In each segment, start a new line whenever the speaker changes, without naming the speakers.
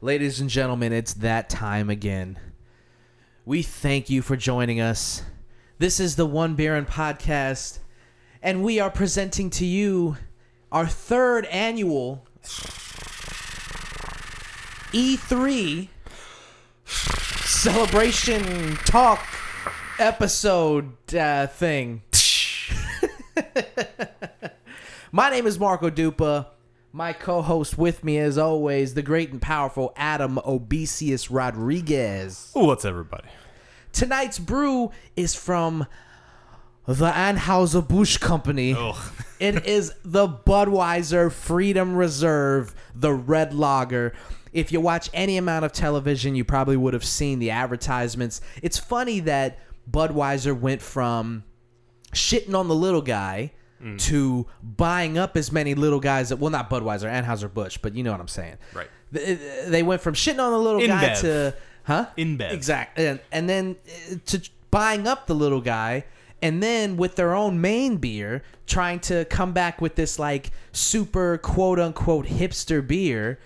Ladies and gentlemen, it's that time again. We thank you for joining us. This is the One Beer and Podcast, and we are presenting to you our third annual E E3 celebration talk episode uh, thing. My name is Marco Dupa. My co-host with me, as always, the great and powerful Adam Obesius Rodriguez.
What's everybody?
Tonight's brew is from the Anheuser-Busch Company.
Ugh.
It is the Budweiser Freedom Reserve, the Red Lager. If you watch any amount of television, you probably would have seen the advertisements. It's funny that Budweiser went from shitting on the little guy
Mm.
to buying up as many little guys that well not Budweiser, Anheuser-Busch, but you know what I'm saying.
Right.
Th- They went from shitting on the little guy
InBev.
to huh?
InBev.
Exactly. And, and then uh, to buying up the little guy and then with their own main beer trying to come back with this like super quote unquote hipster beer.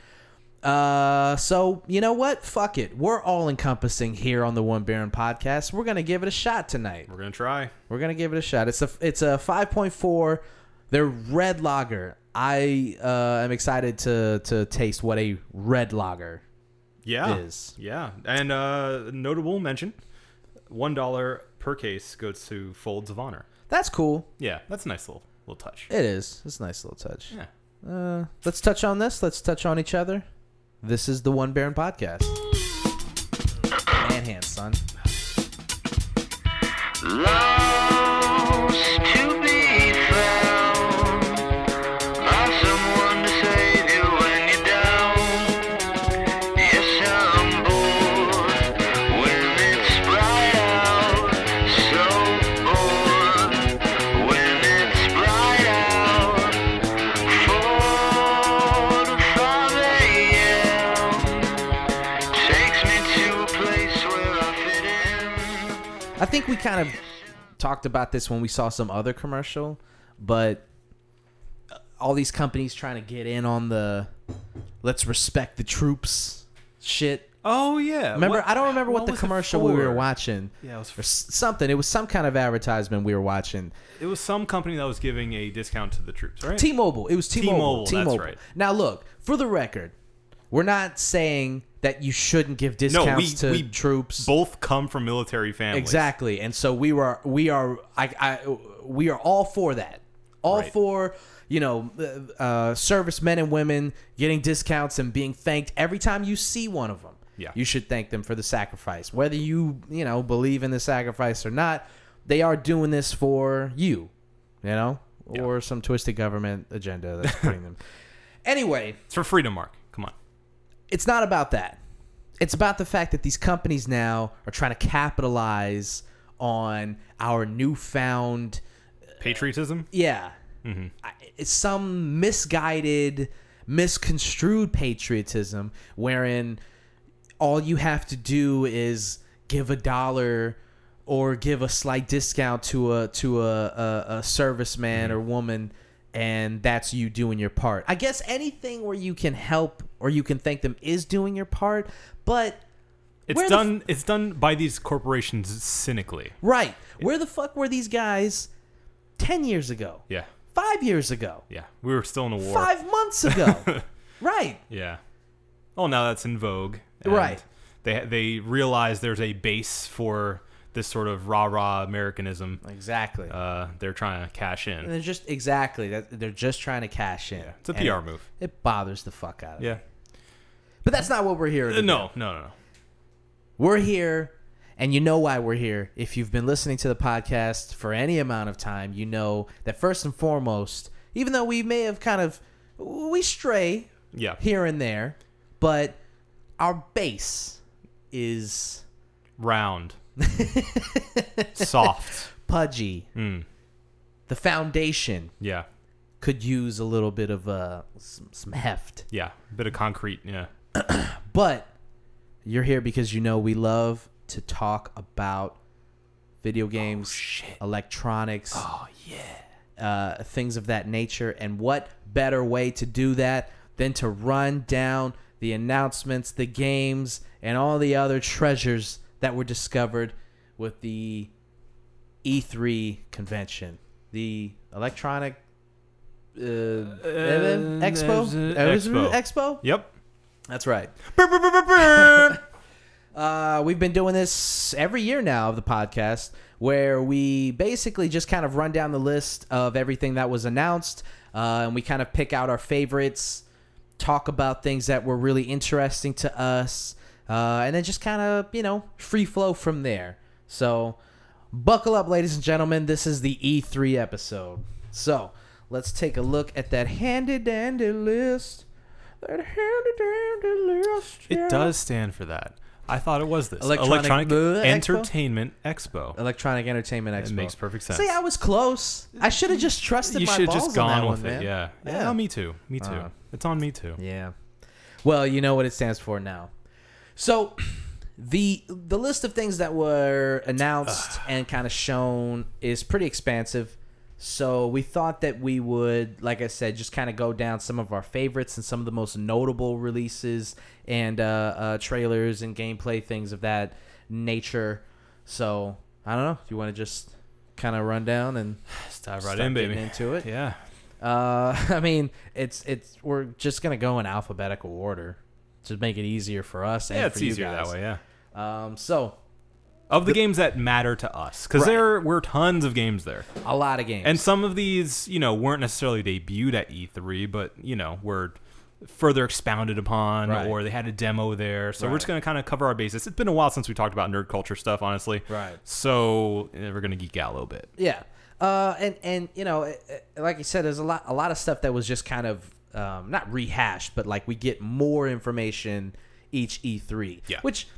Uh, so you know what? Fuck it. We're all encompassing here on the One Baron podcast. We're gonna give it a shot tonight.
We're gonna try.
We're gonna give it a shot. It's a it's a five point four. They're red lager. I uh, am excited to to taste what a red lager.
Yeah.
Is.
Yeah. And uh notable mention, one dollar per case goes to Folds of Honor.
That's cool.
Yeah, that's a nice little little touch.
It is. It's a nice little touch.
Yeah.
Uh, let's touch on this. Let's touch on each other. This is the One Baron podcast. Man hand, son.
Lost to be found. Not someone to save you when you're down. Yes, I'm bored when it's bright out. So bored when it's bright out. Four to five a.m. takes me to a place where I fit in.
I think we kind of talked about this when we saw some other commercial, but all these companies trying to get in on the let's respect the troops shit.
Oh yeah.
Remember,
What-
I don't remember what, the
was it
commercial we were
for?
watching.
Yeah, it was
or
for,
s- something. It was some kind of advertisement we were watching.
it was some company that was giving a discount to the troops, right?
T-Mobile. It was T-Mobile.
T-Mobile, that's
T-Mobile.
right.
Now look, for the record, we're not saying that you shouldn't give
no,
discounts
we,
to
we
troops.
both come from military families.
Exactly. And so we were we are I, I we are all for that. All
Right.
for you know uh, uh, servicemen and women getting discounts and being thanked every time you see one of them.
Yeah.
You should thank them for the sacrifice. Whether you, you know, believe in the sacrifice or not, they are doing this for you, you know, or some twisted government agenda that's putting them. Anyway,
It's for freedom, Mark. Come on.
it's not about that. It's about the fact that these companies now are trying to capitalize on our newfound,
Patriotism?
yeah, I- it's some misguided, misconstrued patriotism wherein all you have to do is give a dollar or give a slight discount to a to a a, a serviceman or woman and that's you doing your part. I guess anything where you can help or you can thank them is doing your part, but
It's
Where the f-
done it's done by these corporations cynically.
right, where the fuck were these guys 10 years ago?
Yeah.
5 years ago?
Yeah. We were still in a war.
5 months ago? right.
Yeah. Well, now that's in vogue. and
Right.
They they realize there's a base for this sort of rah rah Americanism.
Exactly.
Uh, they're trying to cash in.
they're just exactly that they're just trying to cash in.
It's a
And
PR move.
It bothers the fuck out of me.
Yeah.
But that's not what we're here.
Uh,
to do.
No, no, no, no.
We're here, and you know why we're here. If you've been listening to the podcast for any amount of time, you know that first and foremost, even though we may have kind of we stray
Yeah.
here and there, but our base is
Round. Soft.
pudgy.
Hmm.
The foundation
Yeah.
could use a little bit of uh, some, some heft.
Yeah. bit of concrete. Yeah.
But you're here because you know we love to talk about video games, electronics, oh yeah, uh, things of that nature. And what better way to do that than to run down the announcements, the games, and all the other treasures that were discovered with the E3 convention, the Electronic uh, Expo.
Expo.
Uh, Expo. Expo.
Yep.
That's right. Uh, we've been doing this every year now of the podcast, where we basically just kind of run down the list of everything that was announced, uh, and we kind of pick out our favorites, talk about things that were really interesting to us, uh, and then just kind of you know free flow from there. So, buckle up, ladies and gentlemen. This is the E3 episode. So let's take a look at that handy dandy list. That handy dandy list. yeah.
It does stand for that. I thought it was this
Electronic Bleh Expo?
Entertainment Expo.
Electronic Entertainment Expo.
It makes perfect sense.
See, I was close. I should have just trusted
you
my
should have
balls
just
on
gone
that
with
one,
it.
man.
Yeah. yeah.
Yeah.
me too. Me too.
Uh.
it's on me too.
Yeah. Well, you know what it stands for now. So, the the list of things that were announced and kind of shown is pretty expansive. So we thought that we would, like I said, just kind of go down some of our favorites and some of the most notable releases and uh, uh, trailers and gameplay things of that nature. So I don't know. Do you want to just kind of run down and
Let's dive right
start
in,
getting
baby.
into it?
Yeah.
Uh, I mean, it's it's we're just gonna go in alphabetical order to make it easier for us. and
Yeah, it's
for you
easier that
guys.
way. Yeah.
Um, so
Of the, games that matter to us, because
Right.
there were tons of games there,
a lot of games.
and some of these, you know, weren't necessarily debuted at E3, but you know, were further expounded upon,
Right.
or they had a demo there. So we're just
Right.
gonna kind of cover our bases. It's been a while since we talked about nerd culture stuff, honestly.
Right.
So eh, we're gonna geek out a little bit.
yeah. Uh, and and you know, it, it- like you said, there's a lot a lot of stuff that was just kind of um, not rehashed, but like we get more information each E3.
Yeah.
Which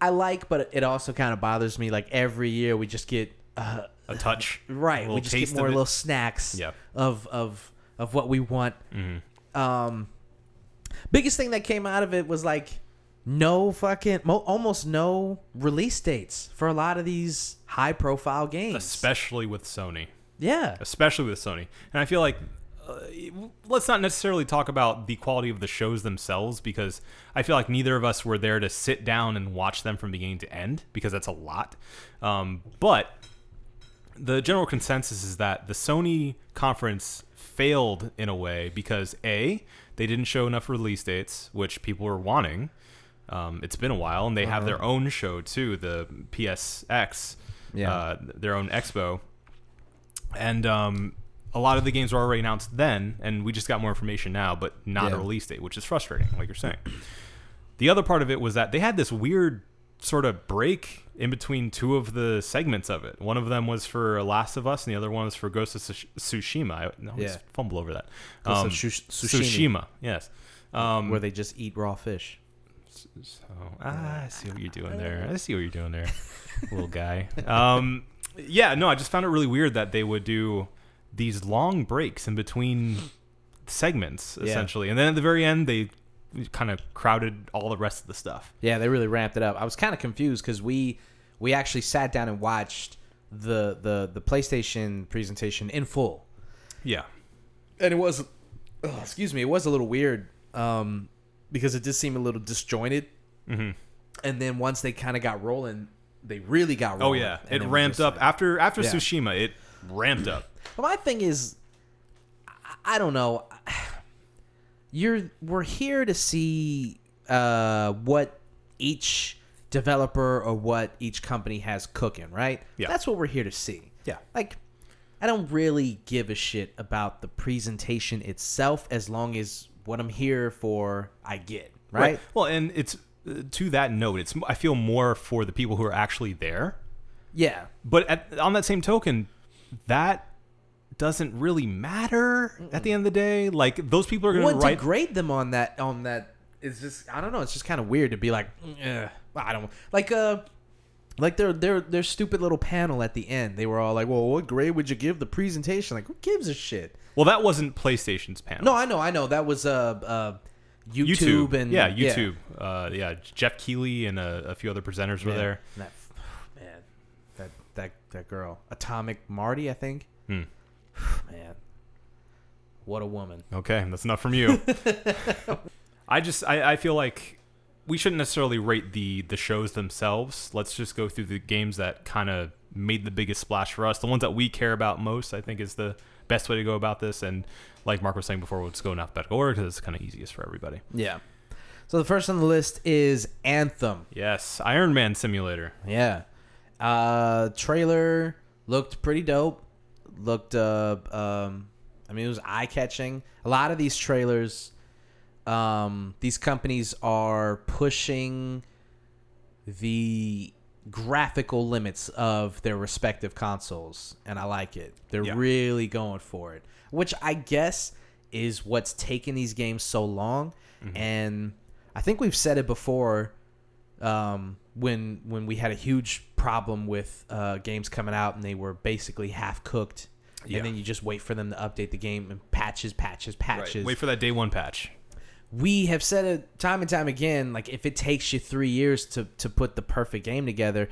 I like, but it also kind of bothers me. Like every year, we just get uh,
A touch. a
right.
little
we just
taste
get
of
more
it.
little snacks
Yeah.
of of of what we want.
Mm-hmm.
Um, biggest thing that came out of it was like no fucking mo- almost no release dates for a lot of these high profile games.
especially with Sony.
yeah,
especially with Sony. And I feel like uh, let's not necessarily talk about the quality of the shows themselves because I feel like neither of us were there to sit down and watch them from beginning to end because that's a lot. Um, but the general consensus is that the Sony conference failed in a way because a they didn't show enough release dates, which people were wanting. Um, it's been a while, and they have their own show too, the PSX,
Yeah.
uh, their own expo, and um, a lot of the games were already announced then, and we just got more information now, but not
Yeah.
a release date, which is frustrating, like you're saying. The other part of it was that they had this weird sort of break in between two of the segments of it. One of them was for Last of Us, and the other one was for Ghost of Tsush- Tsushima. I always
Yeah.
fumble over that. Um,
Ghost of Tsush- Tsushima.
Tsushima, yes. Um,
where they just eat raw fish.
so
uh,
ah, I see what you're doing there. I see what you're doing there, little guy. Um, yeah, no, I just found it really weird that they would do these long breaks in between segments, essentially, and then at the very end they kind of crowded all the rest of the stuff.
Yeah, they really ramped it up. I was kind of confused because we we actually sat down and watched the the the PlayStation presentation in full.
Yeah,
and it was ugh, excuse me it was a little weird um because it did seem a little disjointed
Mm-hmm.
and then once they kind of got rolling they really got
Oh
rolling
yeah,
And
it
they were
ramped
just
up
like-
after after
Yeah.
Tsushima. It ramped up.
But my thing is I- i don't know you're we're here to see uh what each developer or what each company has cooking right
Yeah.
that's what we're here to see
Yeah.
like I don't really give a shit about the presentation itself as long as what I'm here for I get, right?
Well, and it's uh, to that note, it's I feel more for the people who are actually there.
Yeah.
But at, on that same token, that doesn't really matter at the end of the day. Like those people are going
What
to write.
to grade them on that on that is just I don't know, it's just kind of weird to be like "Ugh, I don't like uh like their their their stupid little panel at the end. They were all like, "Well, what grade would you give the presentation?" Like, who gives a shit?
well, that wasn't PlayStation's panel.
No, I know, I know. That was uh uh YouTube,
YouTube,
and
yeah, YouTube. Yeah, uh, yeah Jeff Keeley and a, a few other presenters were
Yeah.
there.
And That, man, that that that girl, Atomic Marty, I think.
Hmm.
Man, what a woman!
Okay, that's enough from you. I just I, I feel like we shouldn't necessarily rate the the shows themselves. Let's just go through the games that kind of made the biggest splash for us. The ones that we care about most, I think, is the best way to go about this. And like Mark was saying before, we'll just go in alphabetical order because it's kind of easiest for everybody.
Yeah. So the first on the list is Anthem.
Yes, Iron Man Simulator.
Yeah. Uh trailer looked pretty dope. Looked uh um I mean it was eye catching. A lot of these trailers um these companies are pushing the graphical limits of their respective consoles and I like it. They're
Yeah.
really going for it, which I guess is what's taken these games so long
Mm-hmm.
and I think we've said it before um, when when we had a huge problem with uh, games coming out and they were basically half cooked,
Yeah.
and then you just wait for them to update the game and patches, patches, patches.
Wait for that day one patch.
we have said it time and time again. Like if it takes you three years to to put the perfect game together,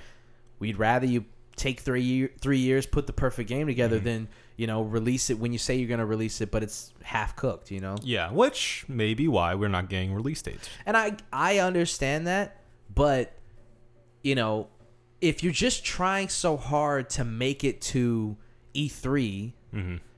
we'd rather you take three year, three years put the perfect game together than you know release it when you say you're going to release it, but it's half cooked. You know.
Yeah, which may be why we're not getting release dates.
And I I understand that, but you know, if you're just trying so hard to make it to E3,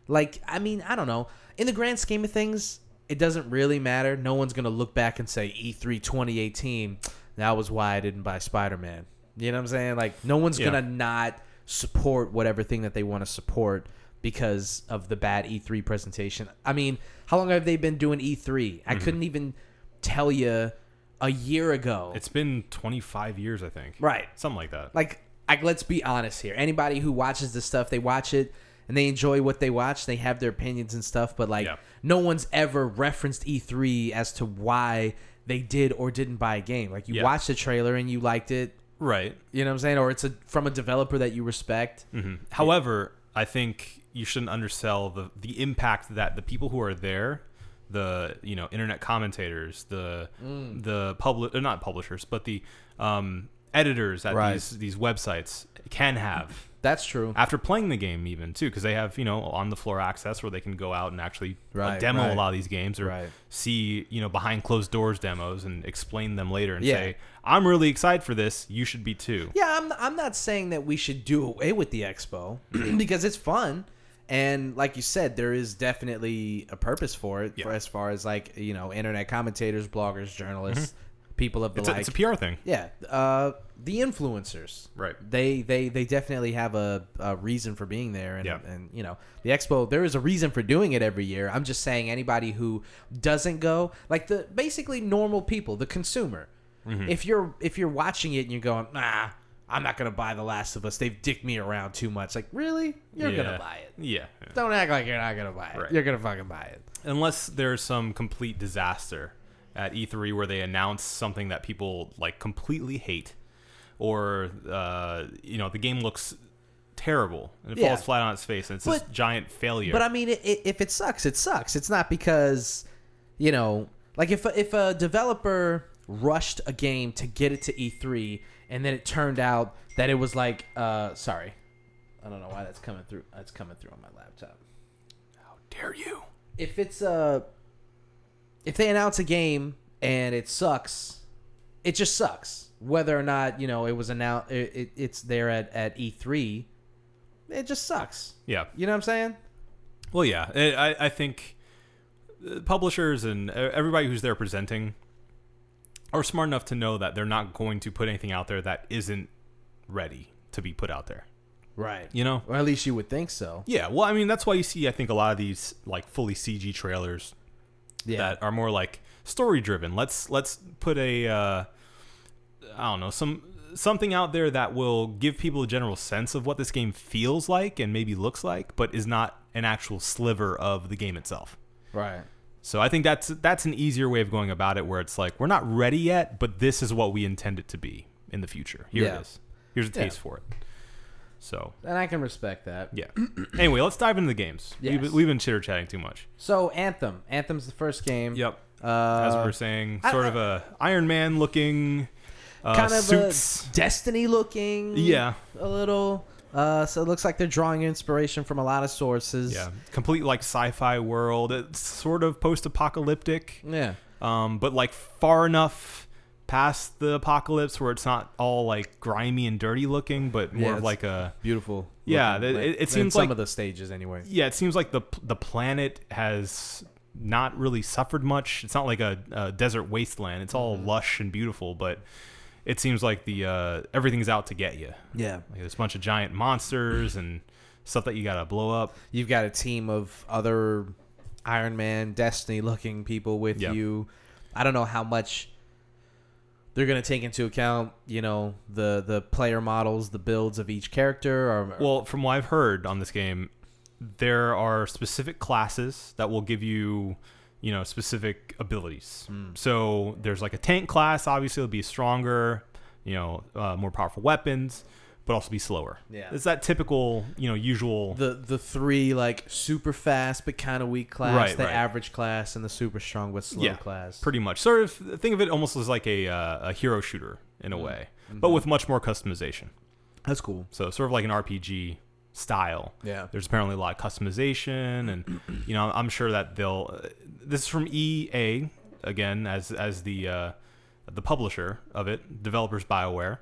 like I mean, I don't know. In the grand scheme of things, it doesn't really matter. No one's gonna look back and say E E3 2018. That was why I didn't buy Spider Man. You know what I'm saying? Like no one's
Yeah.
gonna not support whatever thing that they want to support because of the bad E3 presentation. I mean, how long have they been doing E3? I couldn't even tell you a year ago.
It's been 25 years, I think.
Right.
Something like that.
like like let's be honest here. Anybody who watches this stuff, they watch it and they enjoy what they watch. They have their opinions and stuff, but like
Yeah.
no one's ever referenced E3 as to why they did or didn't buy a game. Like you
Yeah.
watched the trailer and you liked it,
right.
you know what I'm saying? Or it's a, from a developer that you respect.
Mm-hmm. However, I think you shouldn't undersell the the impact that the people who are there, the you know internet commentators, the
Mm.
the public not publishers, but the um, editors at
Right.
these these websites can have
That's true.
after playing the game even too because they have you know on the floor access where they can go out and actually uh,
Right,
demo a
right.
lot of these games or
Right.
see you know behind closed doors demos and explain them later and
Yeah.
say i'm really excited for this you should be too
Yeah, I'm I'm not saying that we should do away with the expo because it's fun. And like you said, there is definitely a purpose for it, for
Yeah.
as far as like you know, internet commentators, bloggers, journalists, people of the
Mm-hmm. it's,
like.
a, it's a pr thing
yeah, uh, the influencers,
Right.
They they they definitely have a, a reason for being there, and
Yeah.
and you know, the expo. There is a reason for doing it every year. I'm just saying, anybody who doesn't go, like the basically normal people, the consumer.
Mm-hmm.
If you're if you're watching it and you're going, nah, I'm not gonna buy The Last of Us. They've dicked me around too much. Like really, you're
Yeah.
gonna buy it.
yeah, yeah.
Don't act like you're not gonna buy it.
Right.
You're gonna fucking buy it.
unless there's some complete disaster at E3 where they announce something that people like completely hate, or uh, you know the game looks terrible and it
Yeah.
falls flat on its face and it's this
But-
giant failure.
But I mean, it, it, if it sucks, it sucks. It's not because, you know, like if a, if a developer rushed a game to get it to E3 and then it turned out that it was like, uh, sorry, I don't know why that's coming through. That's coming through on my laptop.
How dare you?
If it's uh, if they announce a game and it sucks, it just sucks. Whether or not you know it was announced, it, it, it's there at at E3, it just sucks.
Yeah.
You know what I'm saying?
Well, yeah. I, I- I think uh, publishers and e- everybody who's there presenting are smart enough to know that they're not going to put anything out there that isn't ready to be put out there.
Right.
You know?
Or at least you would think so.
Yeah, well, I mean, that's why you see, I think, a lot of these like fully CG trailers
Yeah.
that are more like story driven. Let's let's put a, uh, I don't know, some something out there that will give people a general sense of what this game feels like and maybe looks like, but is not an actual sliver of the game itself.
Right.
So I think that's that's an easier way of going about it, where it's like we're not ready yet, but this is what we intend it to be in the future. Here
Yeah.
it is. Here's a
Yeah.
taste for it. So
And I can respect that.
yeah. anyway, let's dive into the games.
Yes.
We've, we've been chitter chatting too much.
So Anthem. Anthem's the first game.
Yep.
Uh,
As we were saying,
I-
sort of a Iron Man looking uh,
kind of
suits.
a mm. Destiny looking.
Yeah.
A little. Uh, so it looks like they're drawing inspiration from a lot of sources.
yeah. Complete like sci-fi world. It's sort of post-apocalyptic.
Yeah.
um, but like far enough past the apocalypse where it's not all like grimy and dirty looking, but more of
it's
like a
Beautiful.
Yeah,
looking,
that- it- it
in
seems
some
like-
of the stages anyway.
yeah, it seems like the the planet has not really suffered much. It's not like a, a desert wasteland. It's all lush and beautiful, but it seems like the uh, everything's out to get you.
Yeah.
Like there's a bunch of giant monsters and stuff that you gotta blow up.
You've got a team of other Iron Man, Destiny looking people with
Yeah.
you. I don't know how much they're going to take into account, you know, the the player models, the builds of each character or
Well, from what I've heard on this game, there are specific classes that will give you, you know, specific abilities.
Hmm.
So there's like a tank class. Obviously, it'll be stronger, you know, uh, more powerful weapons, but also be slower.
Yeah.
it's that typical, you know, usual.
the the three like super fast but kind of weak class,
Right,
the
right.
average class and the super strong but slow
yeah,
class.
pretty much. Sort of think of it almost as like a uh, a hero shooter in a
Hmm.
way,
Mm-hmm.
but with much more customization.
That's cool.
So sort of like an RPG style.
Yeah.
There's apparently a lot of customization, and you know I'm sure that they'll. Uh, this is from EA again as as the uh, the publisher of it, developers Bioware.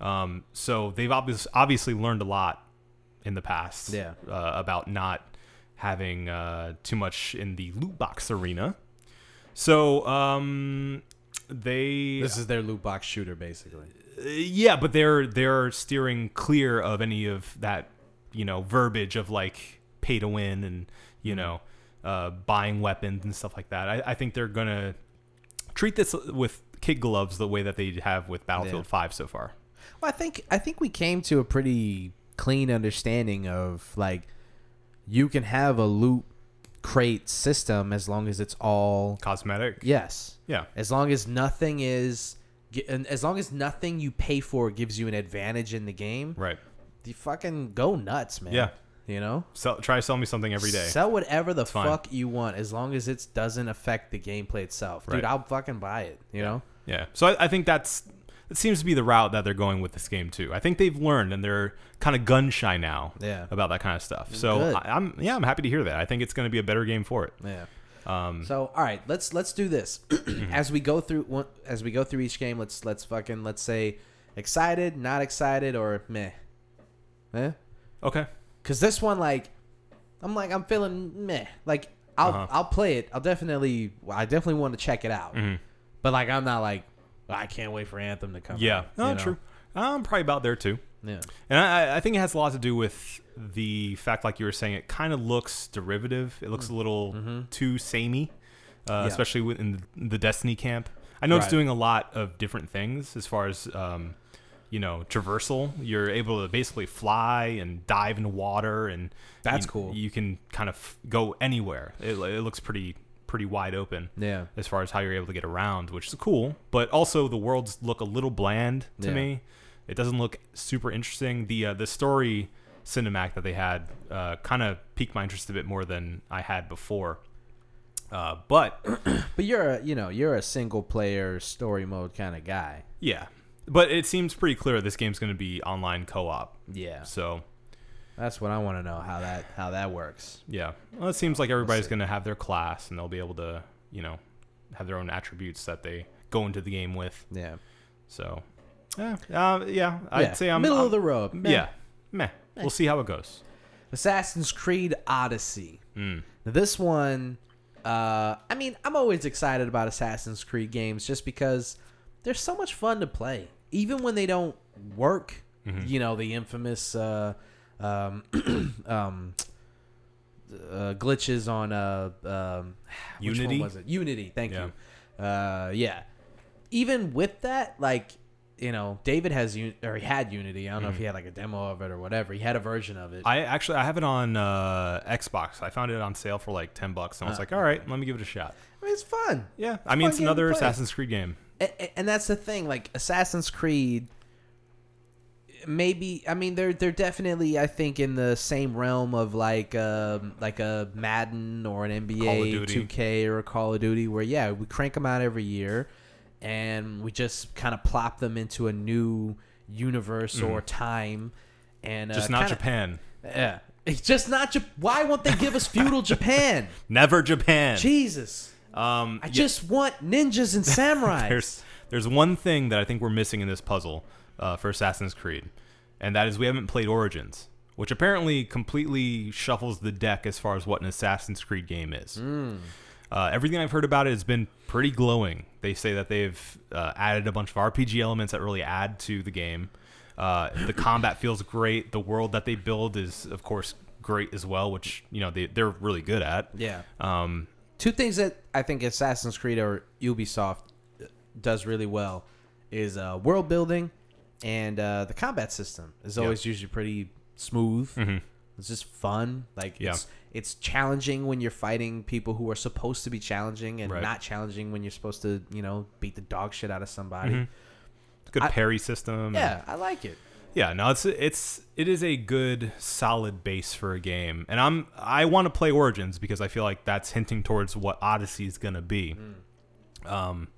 Um, so they've obvious, obviously learned a lot in the past
Yeah.
uh, about not having uh, too much in the loot box arena. So um, they
This is their loot box shooter basically.
yeah, but they're they're steering clear of any of that, you know, verbiage of like pay to win and
Mm-hmm.
you know, uh, buying weapons and stuff like that. I, I think they're gonna treat this with kid gloves the way that they have with Battlefield
Yeah.
Five so far.
Well, I think I think we came to a pretty clean understanding of like you can have a loot crate system as long as it's all
Cosmetic.
yes,
Yeah.
as long as nothing is ge- and as long as nothing you pay for gives you an advantage in the game.
Right.
You fucking go nuts, man.
Yeah.
you know.
Sell, try to sell me something every day.
Sell whatever the
fine.
fuck you want as long as it doesn't affect the gameplay itself. Dude,
Right.
I'll fucking buy it, you know?
Yeah. So I, I think that's that seems to be the route that they're going with this game too. I think they've learned and they're kind of gun shy now
Yeah.
about that kind of stuff. So
Good.
I, I'm yeah, I'm happy to hear that. I think it's going to be a better game for it.
Yeah.
Um,
So, all right, let's let's do this. as we go through one- as we go through each game, let's let's fucking let's say excited, not excited or meh. Eh?
okay.
Cuz this one like I'm like I'm feeling meh. Like I'll
Uh-huh.
I'll play it. I'll definitely I definitely want to check it out.
Mm-hmm.
But like I'm not like "Oh, I can't wait for Anthem to come
Yeah.
out,"
Oh,
you know?
true. I'm probably about there too.
Yeah.
And I, I think it has a lot to do with the fact, like you were saying, it kind of looks derivative. It looks a little
Mm-hmm.
too samey, uh, especially within the Destiny camp. I know it's
Right.
doing a lot of different things as far as, um, you know, traversal. You're able to basically fly and dive in water, and
That's
you-
cool.
You can kind of go anywhere. It, it looks pretty pretty wide open
Yeah.
as far as how you're able to get around, which is cool. But also, the worlds look a little bland to
Yeah.
me. It doesn't look super interesting. The uh, the story cinematic that they had uh, kind of piqued my interest a bit more than I had before. Uh, but
But you're a you know you're a single player story mode kind of guy.
yeah, but it seems pretty clear this game's going to be online co-op.
Yeah,
So
that's what I want to know how that how that works.
yeah, well, it seems like everybody's going to have their class and they'll be able to you know have their own attributes that they go into the game with.
Yeah,
So. Yeah, uh, yeah, I'd
Yeah.
say I'm
middle
I'm-
of the road. Meh.
Yeah. Meh. We'll see how it goes.
Assassin's Creed Odyssey.
Hmm.
Now, this one, uh, I mean, I'm always excited about Assassin's Creed games just because they're so much fun to play, even when they don't work.
Mm-hmm.
You know, the infamous uh, um, um, uh, glitches on uh, um, which one
Unity?
was it? Unity. Thank
Yeah.
you. Uh, yeah. Even with that, like you know, David has un- or he had Unity. I don't know
Mm-hmm.
if he had like a demo of it or whatever. He had a version of it.
I actually I have it on uh, Xbox. I found it on sale for like ten bucks, and I was like, all right, let me give it a shot.
I mean, Uh. it's fun.
Yeah. I
fun
mean, it's
game to
another
play.
Assassin's Creed game.
And, and that's the thing. Like Assassin's Creed, maybe I mean they're they're definitely I think in the same realm of like um like a Madden or an
Call of
NBA
Duty.
2K or a Call of Duty where yeah we crank them out every year, and we just kind of plop them into a new universe or time, and uh,
Mm-hmm. Just not
kinda-
Japan.
Yeah, it's just not Japan. Why won't they give us feudal Japan?
Never Japan.
Jesus.
Um,
I
yeah,
just want ninjas and samurai.
there's there's one thing that I think we're missing in this puzzle uh, for Assassin's Creed, and that is we haven't played Origins, which apparently completely shuffles the deck as far as what an Assassin's Creed game is.
Hmm.
Uh, everything I've heard about it has been pretty glowing. They say that they've uh, added a bunch of RPG elements that really add to the game. Uh, the combat feels great. The world that they build is, of course, great as well, which you know they, they're really good at.
yeah.
Um,
Two things that I think Assassin's Creed or Ubisoft does really well is uh, world building and uh, the combat system is always usually pretty smooth. It's just fun. Like
Mm-hmm. Yeah.
it's it's challenging when you're fighting people who are supposed to be challenging and
Right.
not challenging when you're supposed to, you know, beat the dog shit out of somebody.
Mm-hmm. good
I-
parry system.
Yeah, I like it.
Yeah, no, it's it's it is a good solid base for a game, and I'm I want to play Origins because I feel like that's hinting towards what Odyssey is gonna be,
Mm.
um,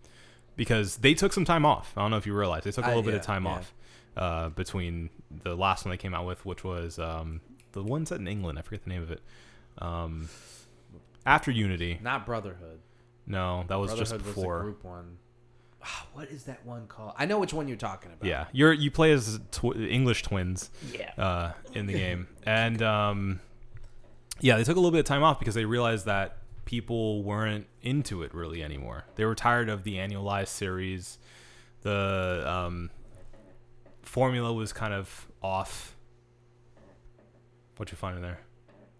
because they took some time off. I don't know if you realize they took a
I-
little bit of
yeah,
time
yeah.
off uh, between the last one they came out with, which was um, the one set in England. I forget the name of it. Um, after Unity,
Not Brotherhood.
no, that was just
Brotherhood was the
before.
group one. Ah, What is that one called? I know which one you're talking about.
Yeah, you're you play as tw- English twins.
Yeah.
Uh, in the game, and um, yeah, they took a little bit of time off because they realized that people weren't into it really anymore. They were tired of the annualized series. The um, formula was kind of off. What you find in there?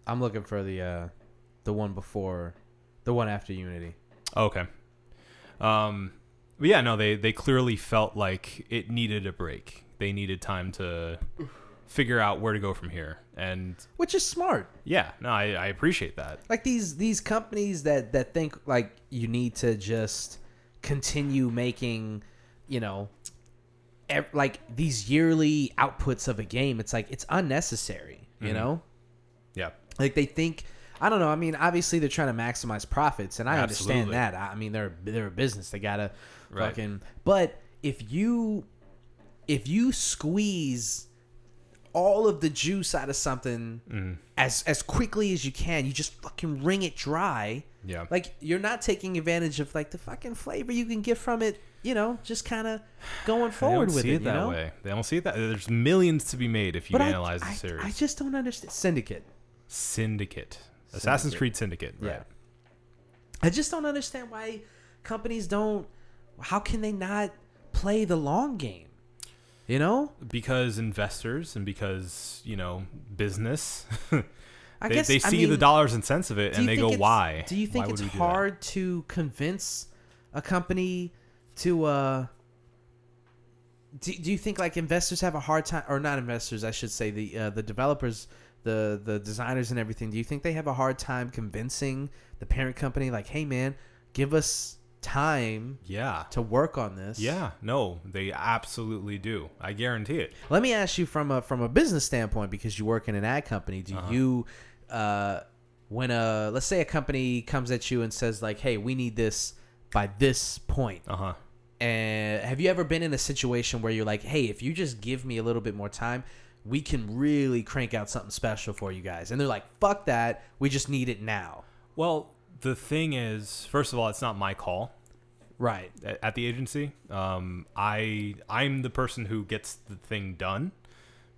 I'm looking for the uh the one before the one after Unity.
Okay. Um, but yeah, no, they they clearly felt like it needed a break. They needed time to figure out where to go from here. And
Which is smart.
yeah, no, I, I appreciate that.
Like these these companies that that think like you need to just continue making, you know, ev- like these yearly outputs of a game. It's like it's unnecessary, you know?
Yeah,
Like they think I don't know. I mean, obviously they're trying to maximize profits, and I
Absolutely.
understand that. I I mean, they're they're a business. They gotta
Right.
fucking. But if you if you squeeze all of the juice out of something
Mm.
as as quickly as you can, you just fucking wring it dry.
Yeah.
Like you're not taking advantage of like the fucking flavor you can get from it. You know, just kind of going
they
forward
don't
with
see
it.
it, that
you know.
way. They don't see it that. There's millions to be made if you
But I,
analyze
I,
the series.
I just don't understand Syndicate.
Syndicate, Assassin's Creed Syndicate. Right.
Yeah. I just don't understand why companies don't. How can they not play the long game? You know,
Because investors and because you know business,
I
they,
guess
they
I
see the
mean,
dollars and cents of it,
do you
and they
think
go,
it's-
"Why?
Do you think
Why
it's
would we do that?"
hard to convince a company to? uh do, do you think like investors have a hard time, or not investors? I should say the uh, the developers, the the designers and everything. Do you think they have a hard time convincing the parent company, like, hey man, give us time
Yeah.
to work on this?
Yeah, no, they absolutely do. I guarantee it.
Let me ask you from a from a business standpoint because you work in an ad company. Do you, uh, when a let's say a company comes at you and says like, "Hey, we need this by this point,"
Uh huh.
and have you ever been in a situation where you're like, "Hey, if you just give me a little bit more time." We can really crank out something special for you guys. And they're like, fuck that. We just need it now.
Well, the thing is, first of all, it's not my call
Right.
a- at the agency. Um, I I'm the person who gets the thing done,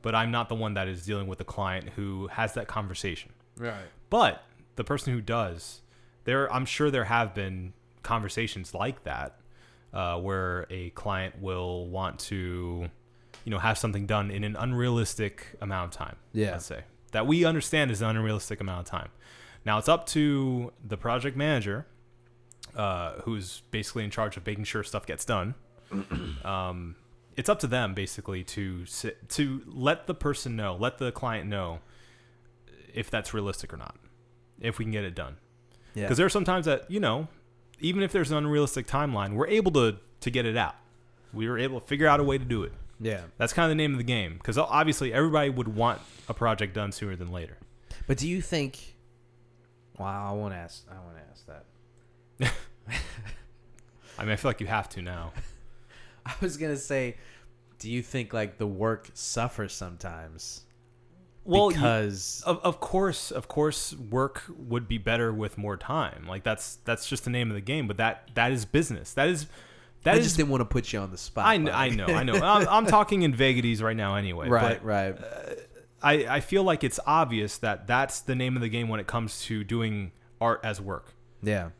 but I'm not the one that is dealing with the client who has that conversation.
Right.
But the person who does, there, I'm sure there have been conversations like that uh, where a client will want to, you know, have something done in an unrealistic amount of time.
Yeah.
let's say that we understand is an unrealistic amount of time. Now it's up to the project manager, uh, who's basically in charge of making sure stuff gets done. um, it's up to them basically to sit, to let the person know, let the client know if that's realistic or not, if we can get it done.
Yeah.
Because there are some times that you know, even if there's an unrealistic timeline, we're able to to get it out. We were able to figure out a way to do it.
Yeah.
That's kind of the name of the game. Because obviously, everybody would want a project done sooner than later.
But do you think? Wow, I won't ask. I won't ask that.
I mean, I feel like you have to now.
I was gonna say, do you think like the work suffers sometimes?
Well, you- Oh,
because
Of, of course, of course, work would be better with more time. Like that's that's just the name of the game. But that that is business. That is that
I
is.
just didn't want to put you on the spot.
I, kn-
know.
I know, I know. I'm, I'm talking in vagaries right Uh, now, anyway.
Right,
but
right.
I, I feel like it's obvious that that's the name of the game when it comes to doing art as work.
yeah.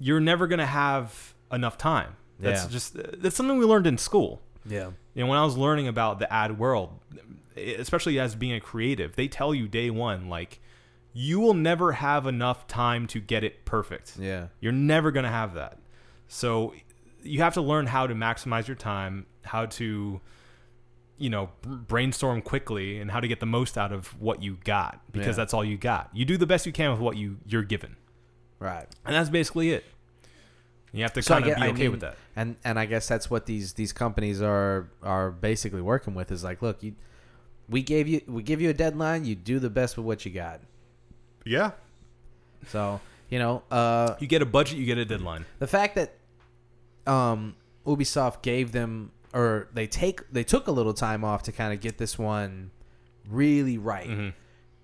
You're never gonna have enough time. That's
Yeah.
just that's something we learned in school.
Yeah.
You know, when I was learning about the ad world, especially as being a creative, they tell you day one, like, you will never have enough time to get it perfect.
Yeah.
You're never going to have that. So you have to learn how to maximize your time, how to, you know, b- brainstorm quickly and how to get the most out of what you got because
Yeah.
that's all you got. You do the best you can with what you, you're given.
Right.
And that's basically it. You have to kind of
gue-
be okay
mean,
with that.
And and I guess that's what these these companies are are basically working with is like, look, you we gave you we give you a deadline, you do the best with what you got.
Yeah.
So, you know, uh
You get a budget, you get a deadline.
the fact that um Ubisoft gave them or they take they took a little time off to kind of get this one really right.
Mm-hmm.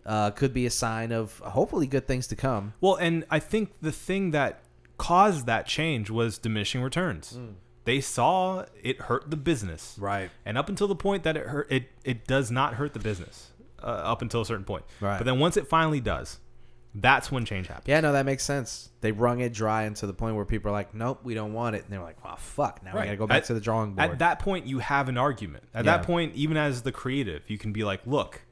Uh, could be a sign of hopefully good things to come.
Well, and I think the thing that caused that change was diminishing returns. They saw it hurt the business,
Hmm. Right.
And up until the point that it hurt, it it does not hurt the business uh, up until a certain point.
Right.
But then once it finally does, that's when change happens.
Yeah, no, that makes sense. They wrung it dry and to the point where people are like, "Nope, we don't want it," and they're like, "Well, fuck, now we gotta go back
At-
to the drawing board."
At that point, you have an argument. At
Yeah.
that point, even as the creative, you can be like, look,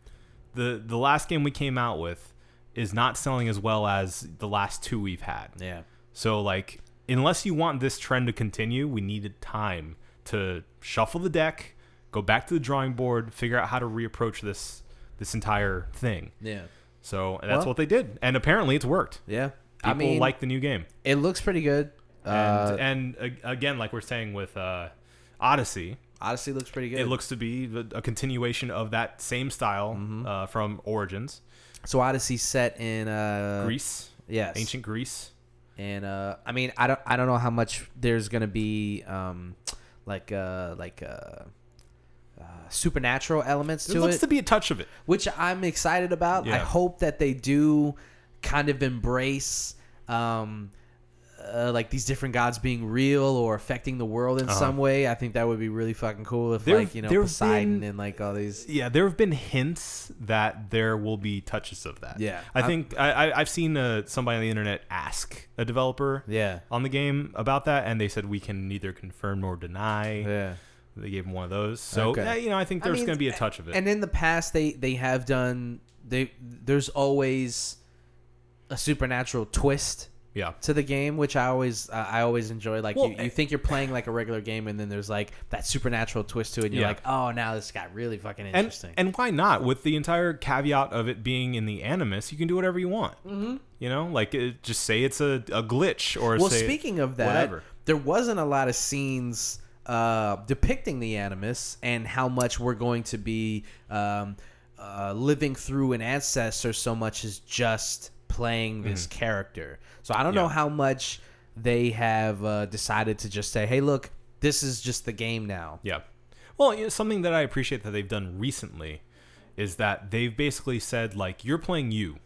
the the last game we came out with is not selling as well as the last two we've had.
yeah,
So like unless you want this trend to continue, we needed time to shuffle the deck, go back to the drawing board, figure out how to reapproach this this entire thing.
yeah,
So and that's
Well-
what they did, and apparently it's worked.
yeah.
People
I mean, like
like the new game,
it looks pretty good. Uh,
and, and a- again, like we're saying with uh, Odyssey,
Odyssey looks pretty good.
it looks to be the- a continuation of that same style
Mm-hmm.
uh, from Origins,
so Odyssey set in uh,
Greece,
yes,
ancient Greece.
and uh, I mean, I don't, I don't know how much there's gonna be, um, like, uh, like, uh, uh, supernatural elements
There
to
looks
it.
to be a touch of it.
which I'm excited about. I
Yeah.
hope that they do kind of embrace um, uh, like these different gods being real or affecting the world in some way. I think that would be really fucking cool if
There've-
like you know
there've
Poseidon
been-
and like all these.
yeah, there have been hints that there will be touches of that.
Yeah.
I
I'm-
think I, I, I've seen uh, somebody on the internet ask a developer
Yeah,
on the game about that, and they said we can neither confirm nor deny.
yeah.
They gave him one of those, so
Okay.
yeah, you know, I think
I
there's
mean, eh,
going to be a touch of it.
And in the past, they they have done they there's always a supernatural twist
yeah,
to the game, which I always uh, I always enjoy. Like
Well,
you, you think you're playing like a regular game, and then there's like that supernatural twist to it. and You're
Yeah.
like, oh, now this got really fucking
and
interesting.
and why not? With the entire caveat of it being in the animus, you can do whatever you want. Mm-hmm. You know, like it, just say it's a, a glitch or
well,
say-
speaking of that,
whatever.
there wasn't a lot of scenes uh, depicting the animus and how much we're going to be um, uh, living through an ancestor so much as just playing this character. So I don't know
Mm-hmm. Yeah.
how much they have uh, decided to just say, hey, look, this is just the game now.
Yeah. Well, you know, something that I appreciate that they've done recently is that they've basically said like you're playing you,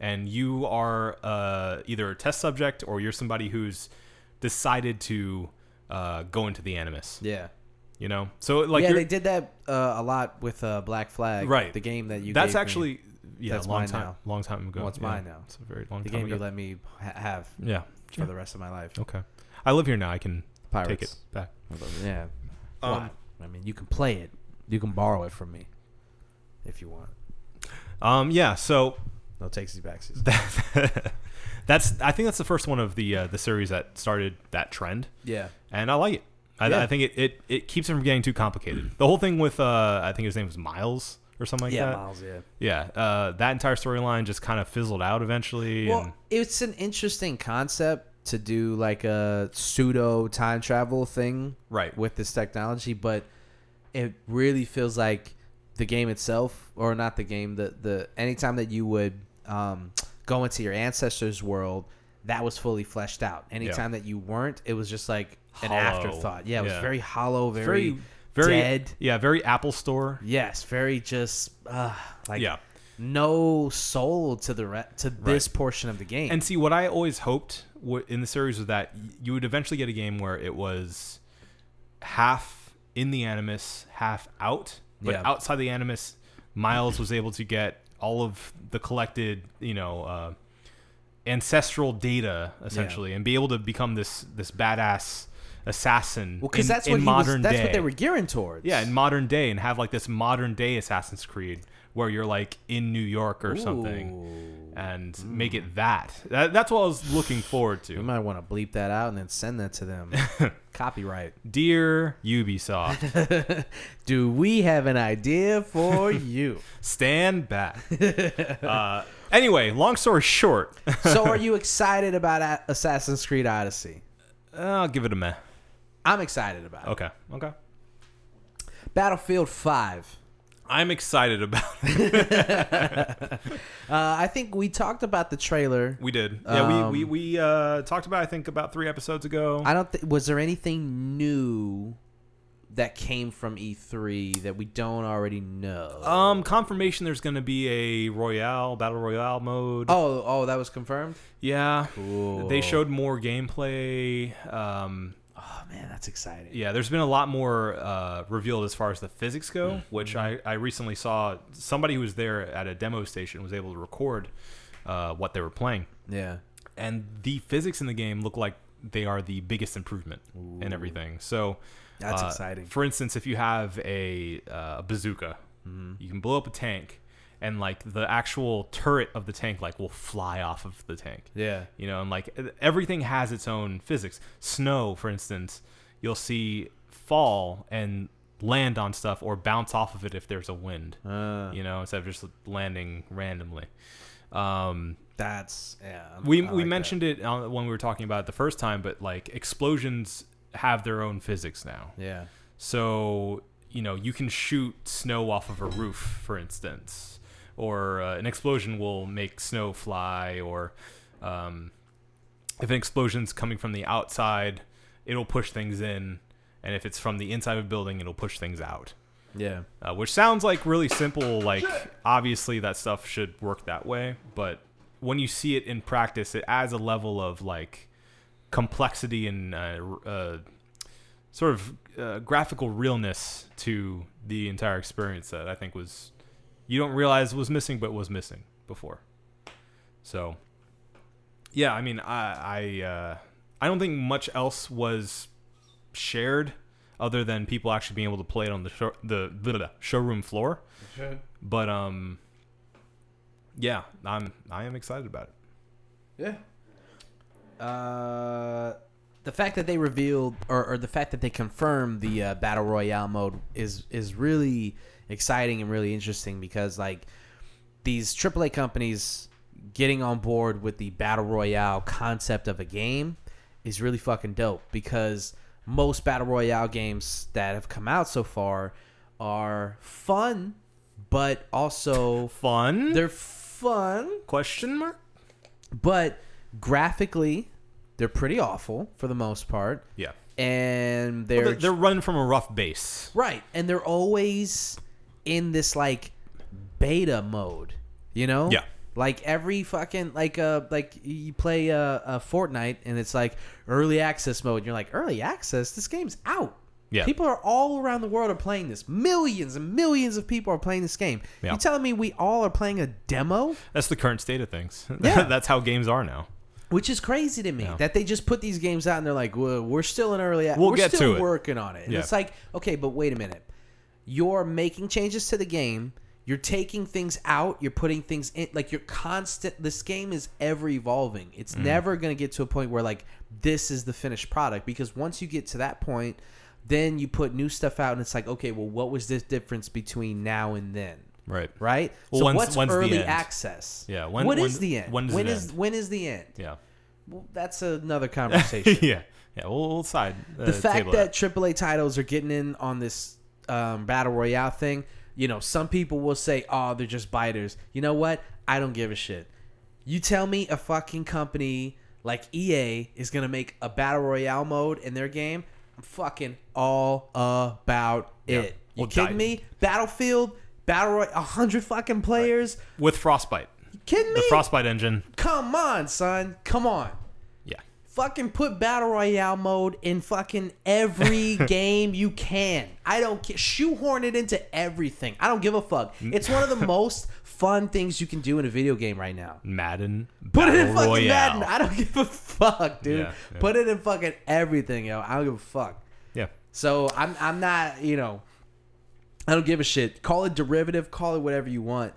and you are uh, either a test subject or you're somebody who's decided to uh, go into the animus.
Yeah.
You know, so like
yeah,
you're,
they did that uh, a lot with uh, Black Flag,
right
The game that you
that's
gave me.
actually yeah
That's
a long
mine
time
now.
long time ago.
Well, it's
Yeah.
mine now.
It's a very long
the
time
game you
ago.
let me ha- have
yeah.
for the rest of my life.
Okay. I live here now. I can take it
Pirates.
back.
Yeah.
Um,
Why? I mean, you can play it. You can borrow it from me if you want.
Um. Yeah. So
No takesies backsies.
that, that's I think that's the first one of the uh, the series that started that trend,
yeah.
and I like it. I,
Yeah.
I think it, it it keeps it from getting too complicated. The whole thing with uh, I think his name was Miles or something like
yeah,
that.
Miles, yeah.
Yeah, uh, that entire storyline just kind of fizzled out eventually. and
Well, it's an interesting concept to do like a pseudo time travel thing
Right.
with this technology, but it really feels like the game itself or not the game the the anytime that you would um, go into your ancestors world that was fully fleshed out anytime that you weren't it was just like an
Hollow.
afterthought yeah it was
Yeah.
very hollow very
very very
dead
yeah, very Apple Store.
yes very just uh, like
Yeah,
no soul to the re- to this portion of the game.
And see, what I always hoped w- in the series was that y- you would eventually get a game where it was half in the Animus, half out. But
Yeah.
outside the Animus, Miles was able to get all of the collected, you know, uh, ancestral data essentially, and be able to become this this badass assassin.
well, because
in-
that's
in
what he was,
modern
that's
day.
what they were gearing towards.
Yeah, in modern day, and have like this modern day Assassin's Creed where you're like in New York or something, and make it that. that. That's what I was looking forward
you
to.
might want to bleep that out and then send that to them. Copyright.
Dear Ubisoft,
Do we have an idea for you?
stand back. Uh, anyway, long story short,
so, are you excited about A- Assassin's Creed Odyssey?
I'll give it a meh.
I'm excited about
Okay, okay.
it. Battlefield 5.
I'm excited about. It.
Uh, I think we talked about the trailer.
We did. Yeah, we we, we uh, talked about I think about three episodes ago.
I don't. Th- was there anything new that came from E3 that we don't already know?
um, confirmation there's going to be a Royale, Battle Royale mode.
oh, oh, that was confirmed.
Yeah. They
Cool.
showed more gameplay. Um,
Oh man, that's exciting.
yeah, there's been a lot more uh, revealed as far as the physics go,
Mm-hmm.
which I, I recently saw somebody who was there at a demo station was able to record uh, what they were playing.
Yeah.
And the physics in the game look like they are the biggest improvement in everything. So
That's
uh,
exciting.
For instance, if you have a uh, bazooka,
Mm-hmm.
you can blow up a tank, and like the actual turret of the tank like will fly off of the tank
Yeah.
you know and like e-, everything has its own physics snow for instance you'll see fall and land on stuff or bounce off of it if there's a wind
Uh,
you know instead of just landing randomly um
that's yeah. I'm-
we
I
we
like
mentioned it on, when we were talking about it the first time but like explosions have their own physics now
that. Yeah.
so, you know, you can shoot snow off of a roof, for instance, or uh, an explosion will make snow fly, or um, if an explosion's coming from the outside, it'll push things in, and if it's from the inside of a building, it'll push things out.
Yeah.
Uh, which sounds like really simple. Like, obviously, that stuff should work that way, but when you see it in practice, it adds a level of like complexity and uh, r- uh, sort of uh, graphical realness to the entire experience that I think was you don't realize was missing, but was missing before. So, yeah, I mean, I I uh, I don't think much else was shared other than people actually being able to play it on the show, the, the, the showroom floor. But um, yeah, I'm I am excited about it.
Uh, the fact that they revealed or, or the fact that they confirmed the uh, battle royale mode is is really exciting and really interesting because like these AAA companies getting on board with the battle royale concept of a game is really fucking dope because most battle royale games that have come out so far are fun but also
Fun?
they're fun
question mark?
but graphically they're pretty awful for the most part
Yeah.
and
Well,
they're,
they're, they're run from a rough base.
right and they're always in this like beta mode you know
Yeah.
like every fucking like uh like you play uh, uh Fortnite and it's like early access mode and you're like early access this game's out
Yeah.
people are all around the world are playing this millions and millions of people are playing this game
Yeah.
you telling me we all are playing a demo
That's the current state of things.
Yeah.
That's how games are now.
Which is crazy to me
Yeah.
that they just put these games out and they're like, well, we're still in early.
We'll
we're
get to
still
it."
working on it. And
Yeah.
It's like, okay, but wait a minute. You're making changes to the game. You're taking things out. You're putting things in. Like you're constant. This game is ever evolving. It's
Mm.
never going to get to a point where like this is the finished product because once you get to that point, then you put new stuff out and it's like, okay, well, what was this difference between now and then?
Right.
Right.
Well,
so
when's-
what's
when's the
early
end?
access?
Yeah, when-
what
when-
is the end?
when does
when
it
is
end?
when is the end?
Yeah.
Well, that's another conversation.
yeah. Yeah. We'll, we'll side. Uh,
the fact
table
that AAA titles are getting in on this um, battle royale thing, you know, some people will say, "Oh, they're just biters." You know what? I don't give a shit. You tell me a fucking company like EA is gonna make a battle royale mode in their game. I'm fucking all about it. You
Well,
kidding
die-
me? Battlefield battle roy, a hundred fucking players.
with Frostbite,
Kidding me?
the Frostbite engine.
Come on, son. Come on.
Yeah,
Fucking put battle royale mode in fucking every game you can. I don't care. Shoehorn it into everything. I don't give a fuck.
Mm.
It's one of the most fun things you can do in a video game right now.
Madden.
Put it in
Battle
fucking
Royale.
Madden. I don't give a fuck, dude.
Yeah, yeah.
Put it in fucking everything, yo. I don't give a fuck.
Yeah,
So I'm I'm not you know, I don't give a shit. Call it derivative, call it whatever you want.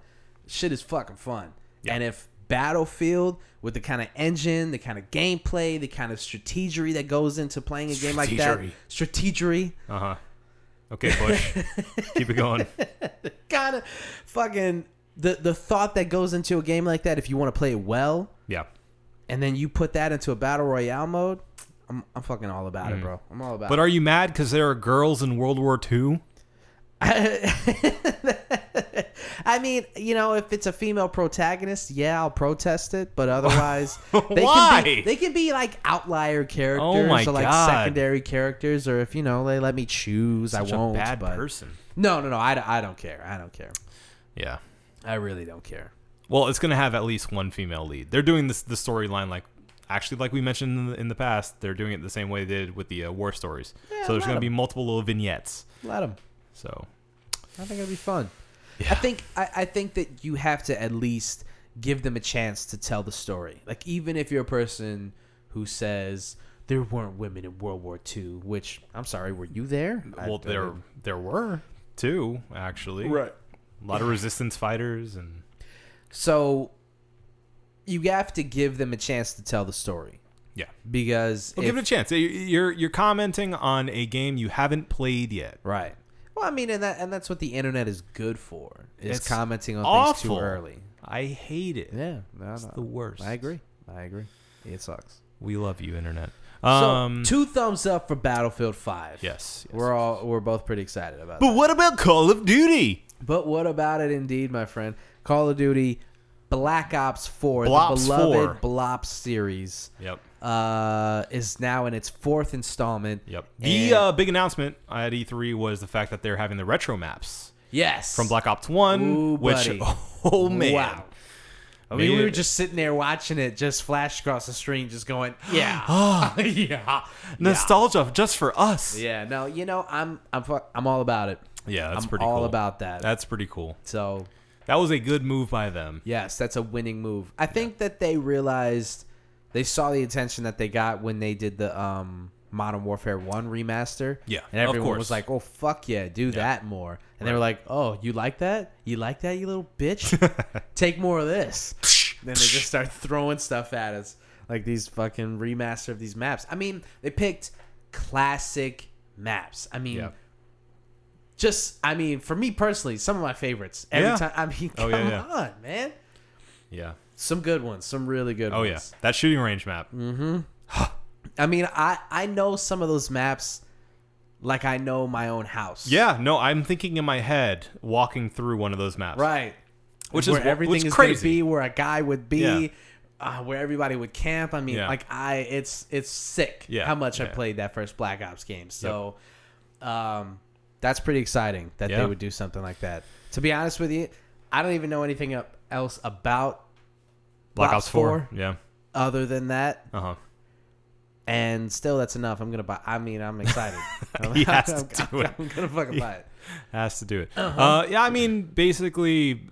Shit is fucking fun.
Yeah.
And if Battlefield with the kind of engine, the kind of gameplay, the kind of strategery that goes into playing a game like that, strategery,
uh huh. Okay, Bush, keep it going.
kind of fucking the the thought that goes into a game like that, if you want to play it well,
Yeah,
and then you put that into a battle royale mode, I'm, I'm fucking all about it, bro. I'm all about
but
it.
are you mad because there are girls in World War II?
I mean, you know, if it's a female protagonist, yeah, I'll protest it. But otherwise, they
Why? Oh
Can be, they can be like outlier characters
my
or like
God.
secondary characters, or if you know they let me choose,
Such
I
a
won't.
bad
but
person.
no, no, no, I, don't- I don't care. I don't care.
Yeah.
I really don't care.
Well, it's going to have at least one female lead. They're doing this the storyline like actually like we mentioned in the, in the past. They're doing it the same way they did with the uh, war stories.
Yeah,
so there's
let
going to be
'em.
multiple little vignettes.
Let them.
So
I think it'll be fun. I think I, I think that you have to at least give them a chance to tell the story. Like even if you're a person who says there weren't women in World War II, which I'm sorry, were you there? I-
well, there there were two actually. A lot of resistance fighters and
So you have to give them a chance to tell the story
yeah.
because
Well,
if-
give it a chance. You- You're you're commenting on a game you haven't played yet.
right. Well, I mean, and that and that's what the internet is good for is
It's
commenting on things
awful.
too early.
I hate it.
Yeah, no,
It's
no,
the worst.
I agree. I agree. It sucks.
We love you, internet.
So
Um,
two thumbs up for Battlefield Five.
yes, yes.
we're all we're both pretty excited about.
But
That.
what about Call of Duty?
But what about it, indeed, my friend? Call of Duty, Black Ops Four,
Blops
the beloved
4.
Blops series,
Yep.
uh, is now in its fourth installment.
Yep. The
And-
uh, big announcement at E3 was the fact that they're having the retro maps
yes,
from Black Ops One,
Ooh,
which
buddy.
oh man,
Wow. I mean, we
Man.
were just sitting there watching it, just flash across the screen, just going, yeah,
ah,
yeah,
nostalgia just for us.
yeah. No, you know, I'm I'm fu- I'm all about it.
Yeah, that's
I'm
pretty
all
cool.
about that.
That's pretty cool.
so
That was a good move by them.
Yes, that's a winning move. I think that they realized they saw the attention that they got when they did the um Modern Warfare 1 remaster.
Yeah,
And
of
everyone
course.
was like, "Oh fuck yeah, do that more." And they were like, "Oh, you like that? You like that, you little bitch? Take more of this." then they just start throwing stuff at us like these fucking remaster of these maps. I mean, they picked classic maps. I mean,
Yeah.
just I mean, for me personally, some of my favorites. Every
Yeah.
time I mean,
Oh,
come
yeah, yeah.
on, man
Yeah.
some good ones, some really good
Oh
ones.
yeah. That shooting range map.
Mm-hmm. I mean, I I know some of those maps like I know my own house.
Yeah. No, I'm thinking in my head walking through one of those maps.
Right.
Which is
where
wh-
everything
which
is
crazy.
gonna be, where a guy would be,
Yeah.
uh, where everybody would camp. I mean,
Yeah.
like I it's it's sick
Yeah,
how much I
yeah.
played that first Black Ops game. So um that's pretty exciting that
Yeah.
they would do something like that. To be honest with you, I don't even know anything up- else about
Black
Ops
Ops 4.
4.
Yeah.
other than that.
Uh huh.
and still that's enough. I'm gonna buy. I mean, I'm excited. I'm,
He has to
I'm,
do it.
I'm gonna fucking buy it.
has to do it.
Uh-huh.
uh yeah, I mean, basically, th-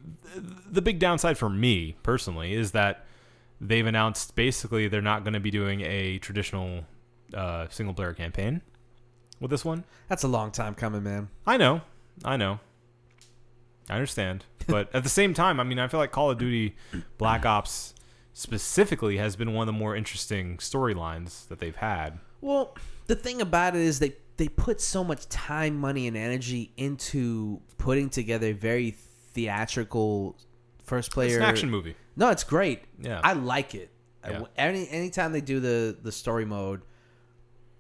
the big downside for me personally is that they've announced basically they're not going to be doing a traditional uh, single player campaign with this one.
That's a long time coming, man.
I know, I know, I understand, but at the same time, I mean, I feel like Call of Duty Black Ops specifically has been one of the more interesting storylines that they've had.
Well, the thing about it is they they put so much time, money, and energy into putting together a very theatrical first player
It's an action movie.
No, it's great.
Yeah.
I like it.
Yeah.
Any anytime they do the the story mode,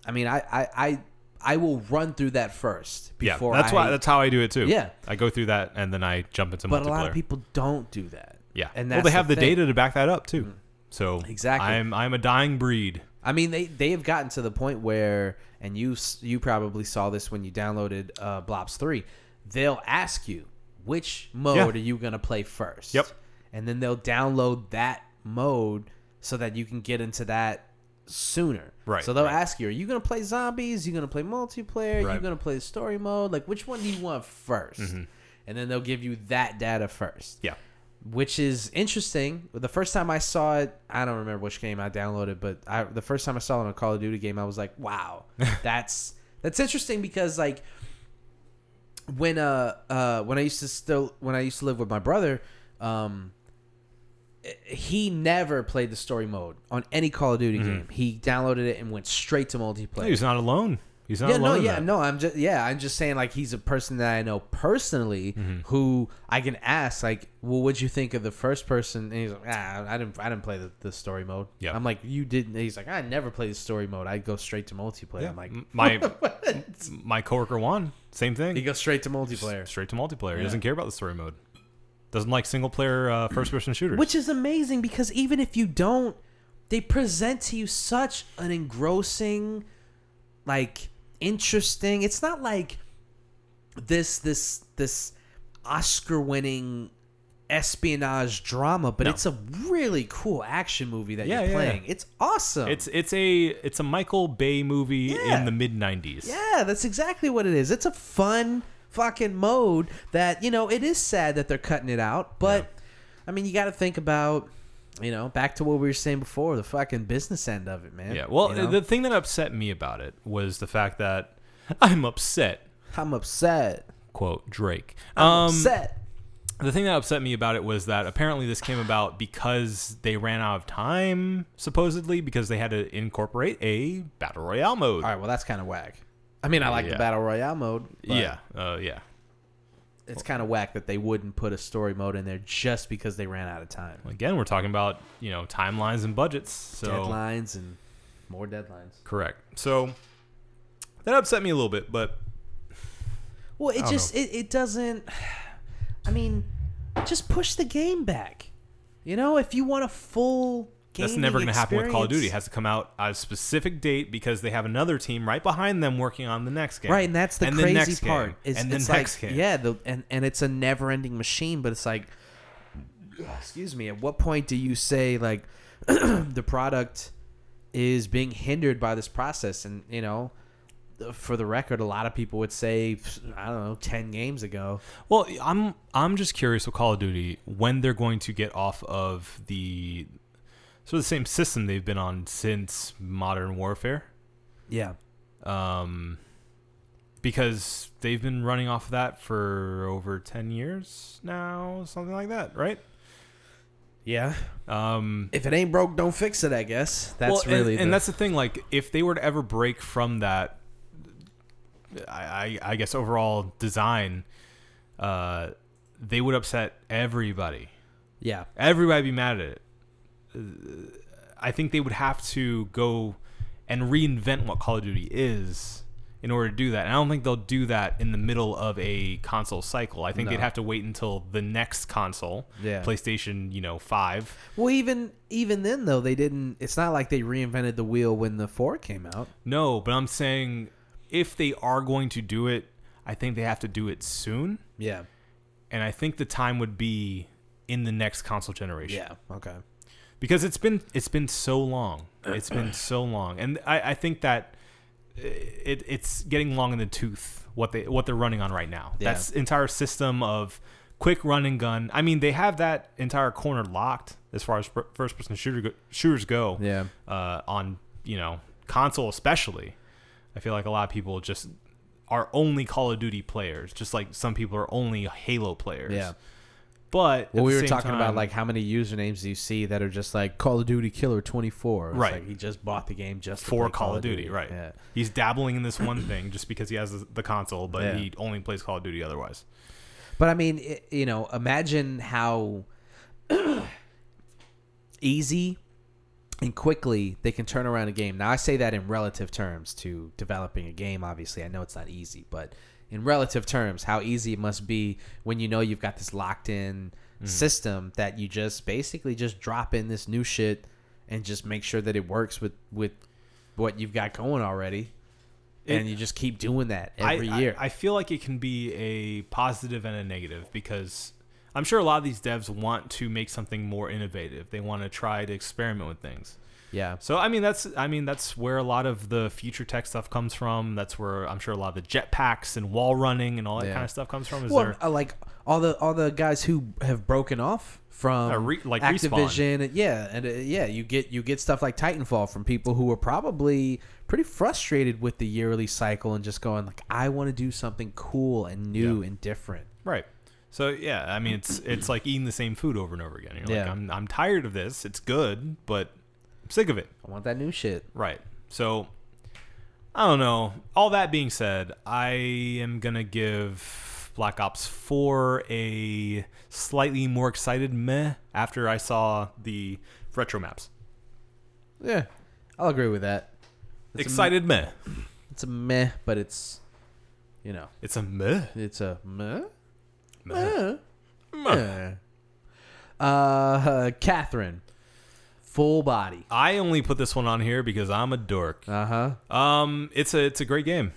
I mean, I I I, I will run through that first
Yeah,
before.
that's
I,
why. That's how I do it too.
Yeah.
I go through that and then I jump into multiplayer.
but a lot of people don't do that.
Yeah.
and
well,
that's
they have the,
thing. Mm-hmm.
data to back that up too. So
Exactly.
I'm I'm a dying breed.
I mean, they they have gotten to the point where, and you s- you probably saw this when you downloaded uh, Blobs Three. They'll ask you, which mode
Yeah.
are you gonna play first?
Yep.
And then they'll download that mode so that you can get into that sooner.
Right,
So they'll
right.
ask you, are you gonna play zombies? you gonna play multiplayer? you
Right. Mm-hmm.
gonna play story mode? Like which one do you want 1st And then they'll give you that data first
Yeah.
which is interesting. The first time I saw it, I don't remember which game I downloaded, but I the first time I saw it on a Call of Duty game, I was like, "Wow, that's that's interesting." Because like when uh uh when I used to still when I used to live with my brother, um, he never played the story mode on any Call of Duty game. He downloaded it and went straight to multiplayer.
He's not alone. He's not
Yeah,
alone.
no,
in
yeah,
that.
no. I'm just yeah, I'm just saying like he's a person that I know personally
Mm-hmm.
who I can ask like, well, what'd you think of the first person? And he's like, ah, I didn't, I didn't play the, the story mode.
Yeah.
I'm like, you didn't. He's like, I never played the story mode. I go straight to multiplayer. I'm like,
M- my my coworker Juan, same thing.
he goes straight to multiplayer,
Straight to multiplayer.
Yeah.
He doesn't care about the story mode. Doesn't like single player uh, first person shooters.
which is amazing because even if you don't, they present to you such an engrossing, like interesting. It's not like this this this Oscar winning espionage drama, but
No.
it's a really cool action movie that
Yeah,
you're
yeah, yeah.
playing. It's awesome.
it's it's a it's a Michael Bay movie
Yeah.
in the mid nineties.
yeah, that's exactly what it is. It's a fun fucking mode that, you know, it is sad that they're cutting it out, but I mean, you got to think about you know, back to what we were saying before, the fucking business end of it, man.
Yeah. Well,
You know?
the thing that upset me about it was the fact that I'm upset.
I'm upset.
Quote Drake. Um,
upset.
The thing that upset me about it was that apparently this came about because they ran out of time, supposedly, because they had to incorporate a battle royale mode.
All right, well, that's kind of whack. I mean, I like the
Yeah.
battle royale mode. But
yeah, uh, yeah,
it's kind of whack that they wouldn't put a story mode in there just because they ran out of time.
Again, we're talking about you know timelines and budgets. So
Deadlines and more deadlines.
correct. So that upset me a little bit, but
Well, it
don't
just it, it doesn't. I mean, just push the game back. You know, if you want a full game,
that's never going to happen with Call of Duty. It has to come out at a specific date because they have another team right behind them working on the next game.
Right, and that's the
and
crazy
the next
part.
Game,
It's,
and the
it's
next
like,
game.
Yeah, the, and, and it's a never ending machine, but it's like, excuse me, at what point do you say, like, the product is being hindered by this process? And, you know, for the record, a lot of people would say, I don't know, 10 games ago.
Well, I'm I'm just curious with Call of Duty when they're going to get off of the sort of the same system they've been on since Modern Warfare.
Yeah.
um, because they've been running off that for over 10 years now, something like that, right?
Yeah.
Um,
If it ain't broke, don't fix it, I guess. That's
well, and-
really.
and,
the-
that's the thing. Like, if they were to ever break from that, I, I, I guess overall design, uh, they would upset everybody.
Yeah.
Everybody would be mad at it. Uh, I think they would have to go and reinvent what Call of Duty is in order to do that. And I don't think they'll do that in the middle of a console cycle. I think they'd
No.
have to wait until the next console,
Yeah.
PlayStation, you know, 5.
Well, even even then though, they didn't. It's not like they reinvented the wheel when the four came out.
No, but I'm saying if they are going to do it, I think they have to do it soon.
Yeah.
And I think the time would be in the next console generation.
Yeah. Okay.
because it's been it's been so long
Uh,
it's been so long and i, I think that it, it's getting long in the tooth what they what they're running on right now
Yeah.
that's entire system of quick run and gun i mean they have that entire corner locked as far as first person shooter go, shooters go
Yeah.
uh, on you know console especially i feel like a lot of people just are only call of duty players just like some people are only halo players
Yeah.
but at
Well, we
the
were
same
talking about
time-
like how many usernames do you see that are just like Call of Duty Killer Twenty Four.
Right.
Like he just bought the game just to
for
play
Call, of Duty, right?
Yeah.
He's dabbling in this one thing just because he has the- the console, but
Yeah.
he only plays Call of Duty otherwise.
But I mean, i you know, imagine how easy and quickly they can turn around a game. Now, I say that in relative terms to developing a game. Obviously, I know it's not easy, but in relative terms, how easy it must be when you know you've got this locked in
Mm-hmm.
system that you just basically just drop in this new shit and just make sure that it works with with what you've got going already. and you just keep doing that
I-
every
I,
year.
I, feel like it can be a positive and a negative because I'm sure a lot of these devs want to make something more innovative. They want to try to experiment with things.
yeah,
So I mean that's I mean that's where a lot of the future tech stuff comes from. That's where I'm sure a lot of the jetpacks and wall running and all that
Yeah.
kind of stuff comes from. Is
well,
there
uh, like all the all the guys who have broken off from
Uh, re- like Respawn.
Activision, yeah, and uh, yeah, you get you get stuff like Titanfall from people who are probably pretty frustrated with the yearly cycle and just going like, I want to do something cool and new and different.
Right. So yeah, I mean it's it's like eating the same food over and over again. You're like
Yeah.
I'm I'm tired of this. It's good, but I'm sick of it.
I want that new shit.
Right. So I don't know. All that being said, I am going to give Black Ops 4 a slightly more excited meh after I saw the retro maps.
Yeah, I'll agree with that. It's a-
excited meh.
It's a meh, but it's you know,
It's a meh.
it's a meh.
meh.
meh. Uh, Catherine, full body.
I only put this one on here because I'm a dork.
Uh huh.
Um, it's a it's a great game.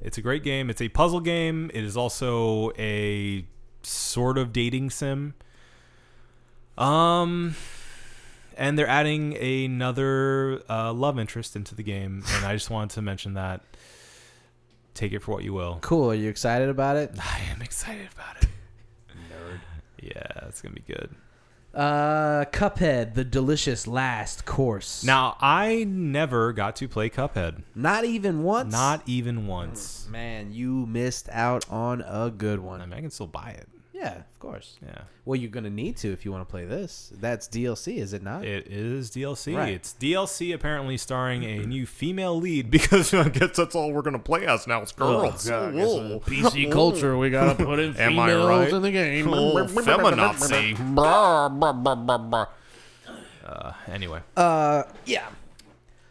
It's a great game. It's a puzzle game. It is also a sort of dating sim. Um, and they're adding another uh, love interest into the game, and I just wanted to mention that. Take it for what you will.
Cool. Are you excited about it?
I am excited about it. Nerd. Yeah, it's gonna be good.
Uh, Cuphead, the delicious last course.
Now, I never got to play Cuphead.
not even once.
Not even once.
man, you missed out on a good
I
one.
mean, I can still buy it.
Yeah, of course.
Yeah.
Well, you're gonna need to if you want to play this. That's DLC, is it not?
It is DLC.
Right.
It's DLC apparently starring a new female lead because I guess that's all we're gonna play as now. It's girls. Whoa.
PC culture, we gotta put in
Am I right?
the game.
Oh, feminazi. Uh, anyway,
Uh, yeah.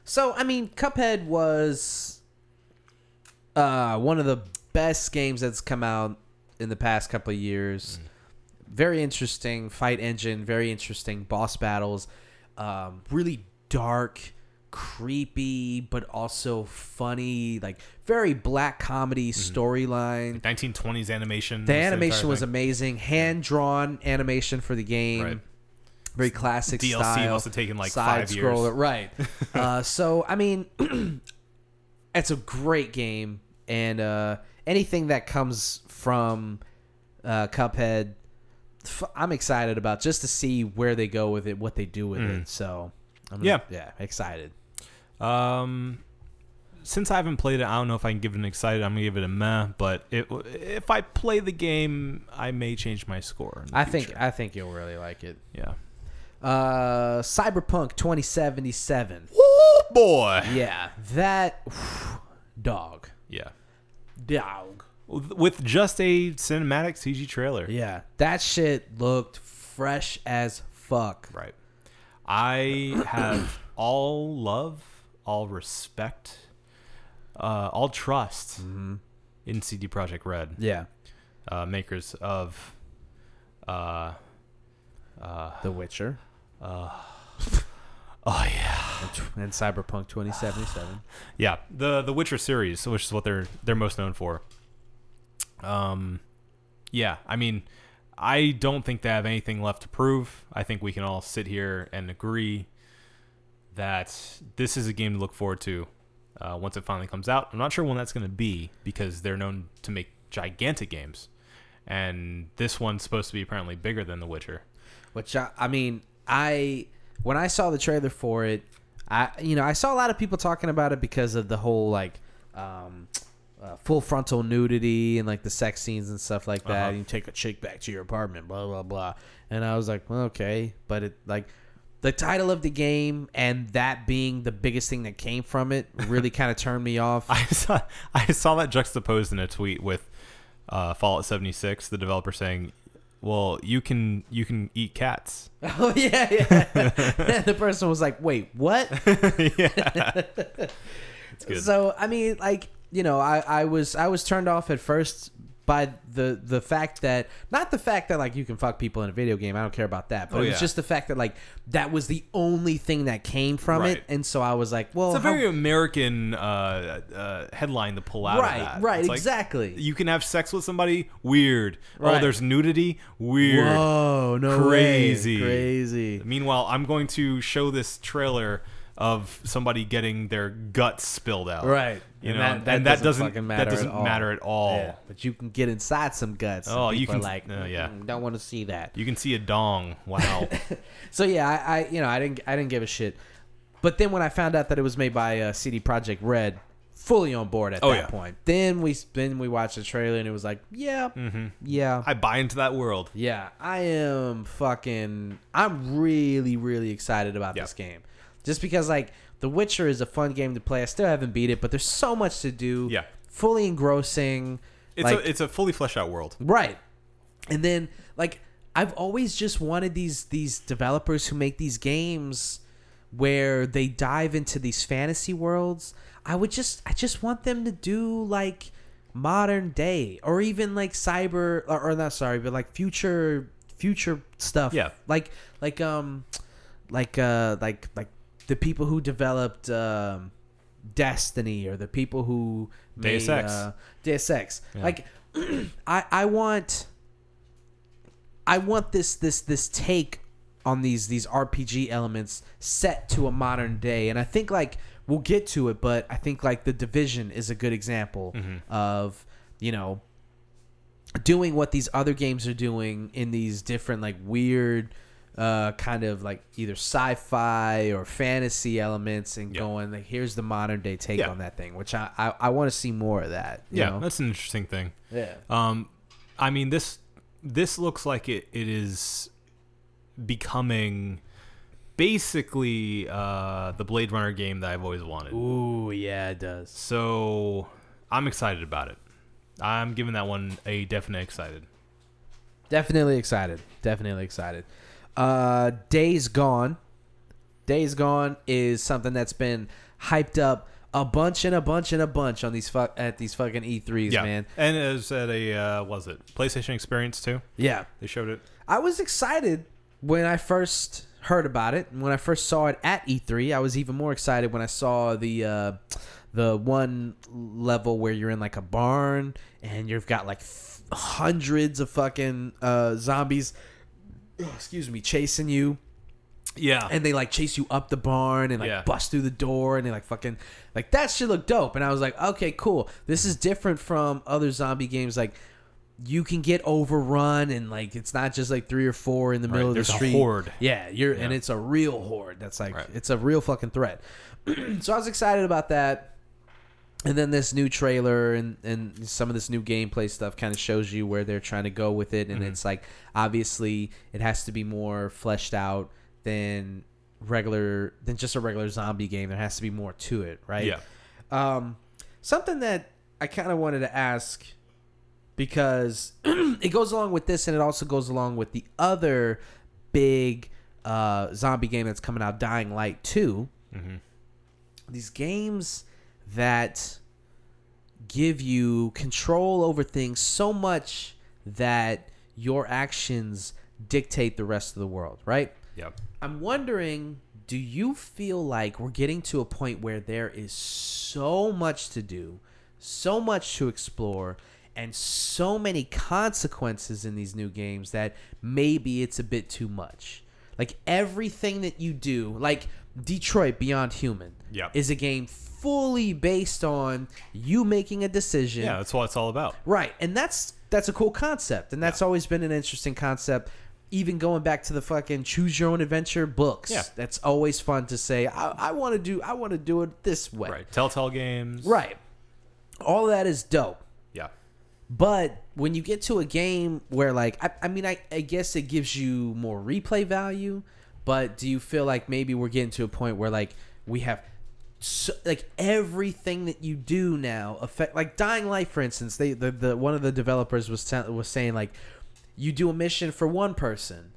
So I mean, Cuphead was uh one of the best games that's come out in the past couple of years. Very interesting fight engine, very interesting boss battles. Um, really dark, creepy, but also funny. Like very black comedy storyline.
1920s animation.
The
is
animation
entire
was
thing.
amazing, hand drawn animation for the game.
Right.
Very classic
DLC
style.
must have taken, like, five years.
side-scroller, right? uh, so I mean, it's a great game, and uh, anything that comes from uh, Cuphead, f- I'm excited about just to see where they go with it, what they do with it. So I'm
Mm. Yeah.
yeah, excited.
Um, since I haven't played it, I don't know if I can give it an excited. I'm gonna give it a meh. But it, if I play the game, I may change my score. in the
I think
future.
I think you'll really like it.
Yeah.
Uh, Cyberpunk 2077.
Oh boy.
Yeah, that dog.
Yeah.
Dog.
With just a cinematic CG trailer.
Yeah, that shit looked fresh as fuck.
Right. I have all love, all respect, uh, all trust
Mm-hmm.
in CD Project Red,
Yeah,
uh, makers of. Uh,
The Witcher
oh yeah,
and, tw- and Cyberpunk 2077.
yeah. The the Witcher series, which is what they're they're most known for. Um, yeah. I mean, I don't think they have anything left to prove. I think we can all sit here and agree that this is a game to look forward to uh, once it finally comes out. I'm not sure when that's going to be because they're known to make gigantic games, and this one's supposed to be apparently bigger than The Witcher.
Which I, I mean, I when I saw the trailer for it, I you know I saw a lot of people talking about it because of the whole like um, uh, full frontal nudity and like the sex scenes and stuff like that.
Uh-huh.
You take a chick back to your apartment, blah blah blah. And I was like, well, okay, but it like the title of the game and that being the biggest thing that came from it really kind of turned me off.
I saw I saw that juxtaposed in a tweet with uh, Fallout 76, the developer saying, "Well, you can you can eat cats."
oh yeah, yeah. the person was like, wait, what?
yeah, it's good.
So I mean, like you know, I, I was I was turned off at first by the the fact that not the fact that like you can fuck people in a video game. I don't care about that, but
Oh,
it was
yeah.
just the fact that like that was the only thing that came from it,
Right.
and so I was like, well,
It's a
how-
very American uh, uh, headline to pull out. of
Right,
that.
right,
It's like,
exactly.
You can have sex with somebody. Weird. Oh,
Right.
there's nudity. Weird.
whoa, no way.
Crazy.
crazy.
Meanwhile, I'm going to show this trailer of somebody getting their guts spilled out.
Right.
You
And
know,
that-
and
that
that,
doesn't
doesn't,
fucking
that
matter at
doesn't
all.
matter at all.
Yeah, but you can get inside some guts. and
Oh, you
people are
can-
like,
uh, yeah.
"Mm, don't want to see that.
You can see a dong. Wow.
So yeah, I, I you know I didn't I didn't give a shit. But then when I found out that it was made by uh, CD Projekt Red, fully on board at
Oh,
that
yeah.
point. Then we then we watched the trailer and it was like, yeah, yeah,
Mm-hmm. I buy into that world.
yeah. I am fucking. I'm really really excited about
Yeah.
this game, just because like The Witcher is a fun game to play. I still haven't beat it, but there's so much to do.
Yeah.
fully engrossing.
It's
like,
a it's a fully fleshed out world.
Right. And then like I've always just wanted these these developers who make these games where they dive into these fantasy worlds. I would just I just want them to do like modern day or even like cyber or, or not sorry, but like future future stuff.
Yeah.
Like like um like uh like like the people who developed um Destiny or the people who made
Deus Ex.
Uh, Deus Ex. Like I I want I want this this this take on these these RPG elements set to a modern day, and I think like we'll get to it, but I think like the division is a good example
Mm-hmm.
of you know doing what these other games are doing in these different like weird uh kind of like either sci-fi or fantasy elements and
Yeah.
going like here's the modern day take
Yeah.
on that thing which i i, I want to see more of that you
Yeah,
know?
that's an interesting thing.
yeah
Um, I mean this this looks like it, it is becoming basically uh, the Blade Runner game that I've always wanted.
ooh yeah it does
So I'm excited about it. I'm giving that one a definite excited.
definitely excited definitely excited uh days gone days gone is something that's been hyped up a bunch and a bunch and a bunch on these fuck at these fucking e3s
Yeah,
man
and it was at a uh, was it PlayStation Experience too?
yeah
They showed it.
I was excited when I first heard about it. When I first saw it at E3, I was even more excited when I saw the uh, the one level where you're in like a barn and you've got like f- hundreds of fucking uh, zombies. oh, Excuse me, chasing you
Yeah,
and they like chase you up the barn and like
Yeah.
bust through the door and they like fucking like that shit looked dope and I was like okay cool this is different from other zombie games like you can get overrun and like it's not just like three or four in the middle of
there's
the
a
street
horde.
yeah you're and
Yeah.
it's a real horde that's like
Right.
it's a real fucking threat so I was excited about that and then this new trailer and, and some of this new gameplay stuff kind of shows you where they're trying to go with it and it's like obviously it has to be more fleshed out than regular than just a regular zombie game there has to be more to it right
yeah.
um, something that I kind of wanted to ask because it goes along with this, and it also goes along with the other big uh, zombie game that's coming out, Dying Light 2 These games that give you control over things so much that your actions dictate the rest of the world, right?
Yep.
I'm wondering, do you feel like we're getting to a point where there is so much to do, so much to explore, and so many consequences in these new games that maybe it's a bit too much? Like everything that you do, like Detroit Beyond Human,
Yep.
is a game fully based on you making a decision
Yeah, that's what it's all about.
Right, and that's that's a cool concept, and that's always been an interesting concept. Even going back to the fucking choose your own adventure books,
Yeah.
that's always fun to say. I, I want to do, I want to do it this way.
Right. Telltale Games.
right. All that is dope.
Yeah.
But when you get to a game where, like, I, I mean, I, I guess it gives you more replay value, but do you feel like maybe we're getting to a point where, like, we have. So, like everything that you do now affect like dying light for instance they the, the one of the developers was tell was saying like you do a mission for one person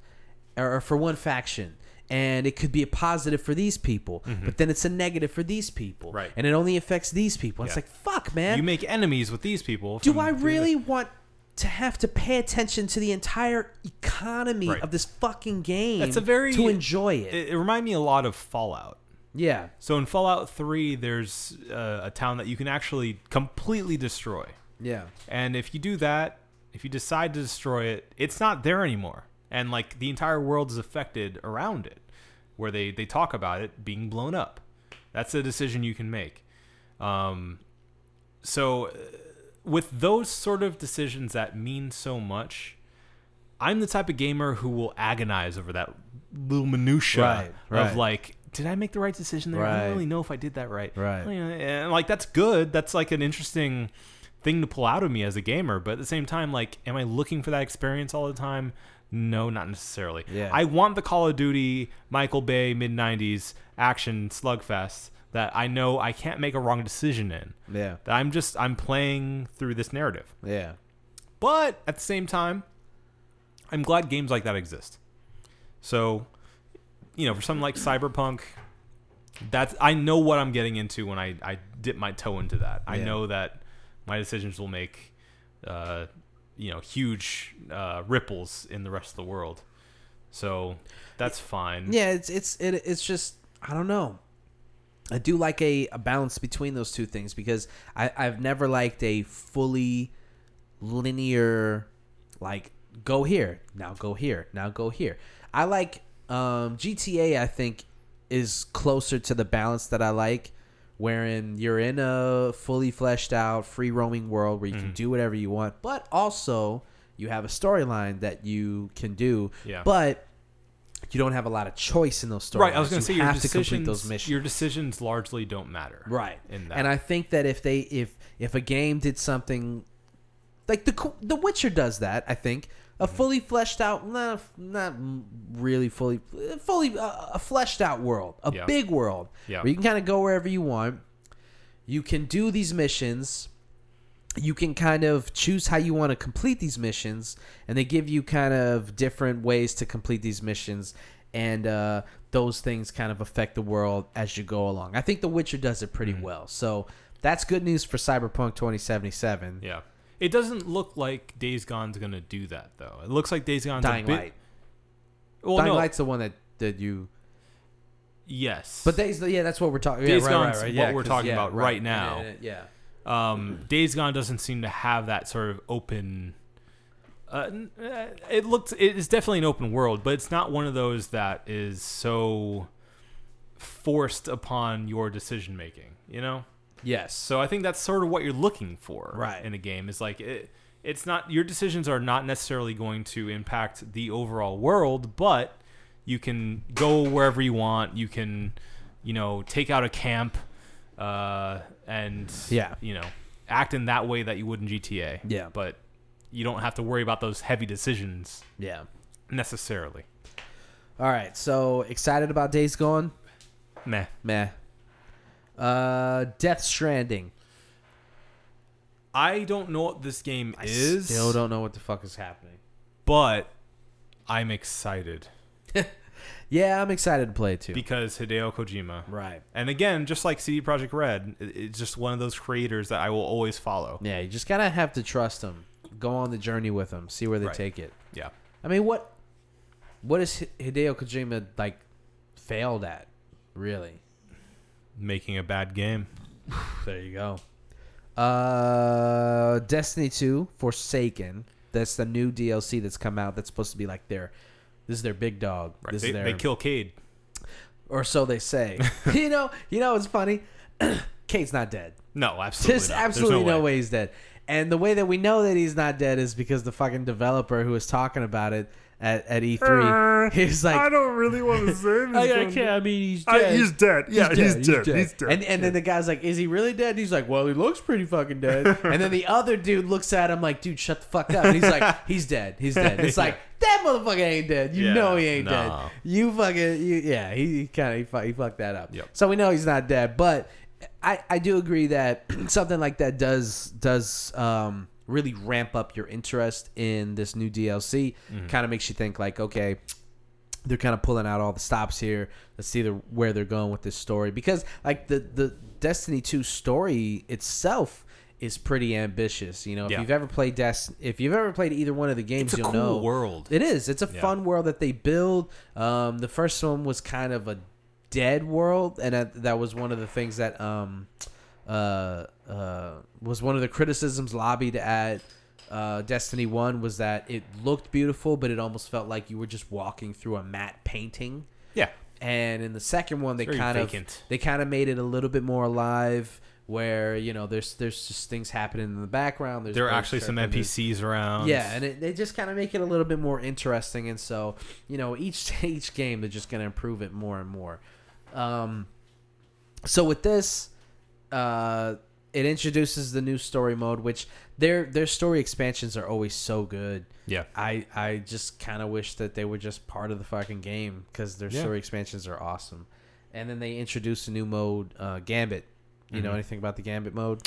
or or for one faction and it could be a positive for these people but then it's a negative for these people
Mm-hmm. Right.
and it only affects these people it's
Yeah.
like fuck man
You make enemies with these people.
do
from-
I really want to have to pay attention to the entire economy
Right.
of this fucking game
It's a very
to enjoy it.
It, it reminded me a lot of Fallout.
yeah.
So in Fallout Three, there's uh, a town that you can actually completely destroy,
Yeah.
and if you do that, if you decide to destroy it, it's not there anymore, and like the entire world is affected around it, where they they talk about it being blown up. That's a decision you can make. Um, so uh, with those sort of decisions that mean so much, I'm the type of gamer who will agonize over that little minutia
Right, right.
of like, did I make the right decision there? I
Right.
don't really know if I did that right.
Right.
You know, And like that's good. That's like an interesting thing to pull out of me as a gamer. But at the same time, like, am I looking for that experience all the time? No, not necessarily.
Yeah.
I want the Call of Duty Michael Bay mid '90s action slugfest that I know I can't make a wrong decision in.
Yeah.
That I'm just I'm playing through this narrative.
Yeah.
But at the same time, I'm glad games like that exist. So, you know, for something like Cyberpunk, that's I know what I'm getting into when I, I dip my toe into that. I
Yeah.
know that my decisions will make, uh, you know, huge uh, ripples in the rest of the world. So that's fine.
Yeah, it's it's it, it's just I don't know. I do like a, a balance between those two things because I, I've never liked a fully linear like go here, now go here, now go here. I like um, GTA I think is closer to the balance that I like wherein you're in a fully fleshed out free roaming world where you can do whatever you want, but also you have a storyline that you can do.
Yeah.
But you don't have a lot of choice in those storylines.
Right, I was going
You
to say your
have to complete
decisions,
those missions.
your decisions largely don't matter.
right,
In that.
and I think that if they if if a game did something like the Co- The Witcher does that, I think a
Mm-hmm.
fully fleshed out, not not really fully fully uh, a fleshed out world, a
Yeah.
big world
Yeah.
where you can kind of go wherever you want. You can do these missions you can kind of choose how you want to complete these missions, and they give you kind of different ways to complete these missions, and uh, those things kind of affect the world as you go along. I think The Witcher does it
Mm-hmm.
pretty well, so that's good news for Cyberpunk 2077.
Yeah. It doesn't look like Days Gone's gonna do that though. It looks like Days Gone's
Dying
a bit.
Light,
Well,
Dying
no.
Light's the one that that you,
Yes.
but Days, yeah, that's what we're talking. Yeah,
Days
right, right,
Gone's
right,
what
yeah,
we're
'cause-
talking
yeah,
about right now.
Yeah, yeah,
um, Days Gone doesn't seem to have that sort of open. Uh, n- uh, it looked. It is definitely an open world, but it's not one of those that is so forced upon your decision making. You know.
yes,
So I think that's sort of what you're looking for
Right.
in a game is like it, it's not your decisions are not necessarily going to impact the overall world, but you can go wherever you want. You can, you know, take out a camp uh, and
Yeah.
you know, act in that way that you would in GTA.
Yeah.
But you don't have to worry about those heavy decisions
yeah.
necessarily.
All right, so excited about Days Gone?
Meh.
Meh. Uh, Death Stranding.
I don't know what this game is,
Still don't know what the fuck is happening.
but I'm excited
Yeah, I'm excited to play it too.
because Hideo Kojima.
right.
And again, just like CD Projekt Red, it- it's just one of those creators that I will always follow.
Yeah, you just gotta have to trust them. Go on the journey with them. See where they
Right.
take it.
Yeah.
I mean, what, what is Hi- Hideo Kojima like? Failed at, really?
Making a bad game.
There you go. Uh, Destiny Two Forsaken. That's the new DLC that's come out. That's supposed to be like their, this is their big dog.
Right.
This
They,
is their
they kill Cade.
or so they say. you know, you know, it's funny. Kate's not dead.
No, absolutely.
There's
not. There's
absolutely
no,
no, way he's dead. And the way that we know that he's not dead is because the fucking developer who was talking about it at, E at E3, he's like, I,
Uh, don't really want to say
I can't. I mean, he's
I-
dead.
he's dead. Yeah, he's, dead. He's dead.
And, and then the guy's like, Is he really dead? And he's like, Well, he looks pretty fucking dead. and then the other dude looks at him like, Dude, shut the fuck up. And he's like, He's dead. He's dead. It's like, That motherfucker ain't dead. You
Yeah,
know he ain't
nah.
dead. You fucking, you, yeah, he, he kind of he, fu- he fucked that up.
Yep.
So we know he's not dead. But I, I do agree that something like that does, does, um, really ramp up your interest in this new DLC
Mm-hmm.
kind of makes you think like okay they're kind of pulling out all the stops here. Let's see the, where they're going with this story because like the the Destiny 2 story itself is pretty ambitious. You know, if
Yeah.
you've ever played Dest, if you've ever played either one of the games,
It's a
you'll
cool
know
world.
It is. It's a
Yeah.
fun world that they build. Um, the first one was kind of a dead world, and that, that was one of the things that um, uh, uh, was one of the criticisms lobbied at uh, Destiny One was that it looked beautiful, but it almost felt like you were just walking through a matte painting
Yeah.
and in the second one they
very
kind
vacant.
of they kind of made it a little bit more alive where you know there's there's just things happening in the background there's
There are
birds
actually some
chirping, there's-
NPCs around.
yeah and it, they just kind of make it a little bit more interesting and so you know each each game they're just going to improve it more and more um so with this uh it introduces the new story mode which their their story expansions are always so good
yeah.
I I just kind of wish that they were just part of the fucking game because their
Yeah.
story expansions are awesome. And then they introduced a new mode, uh, Gambit. You
Mm-hmm.
know anything about the Gambit mode?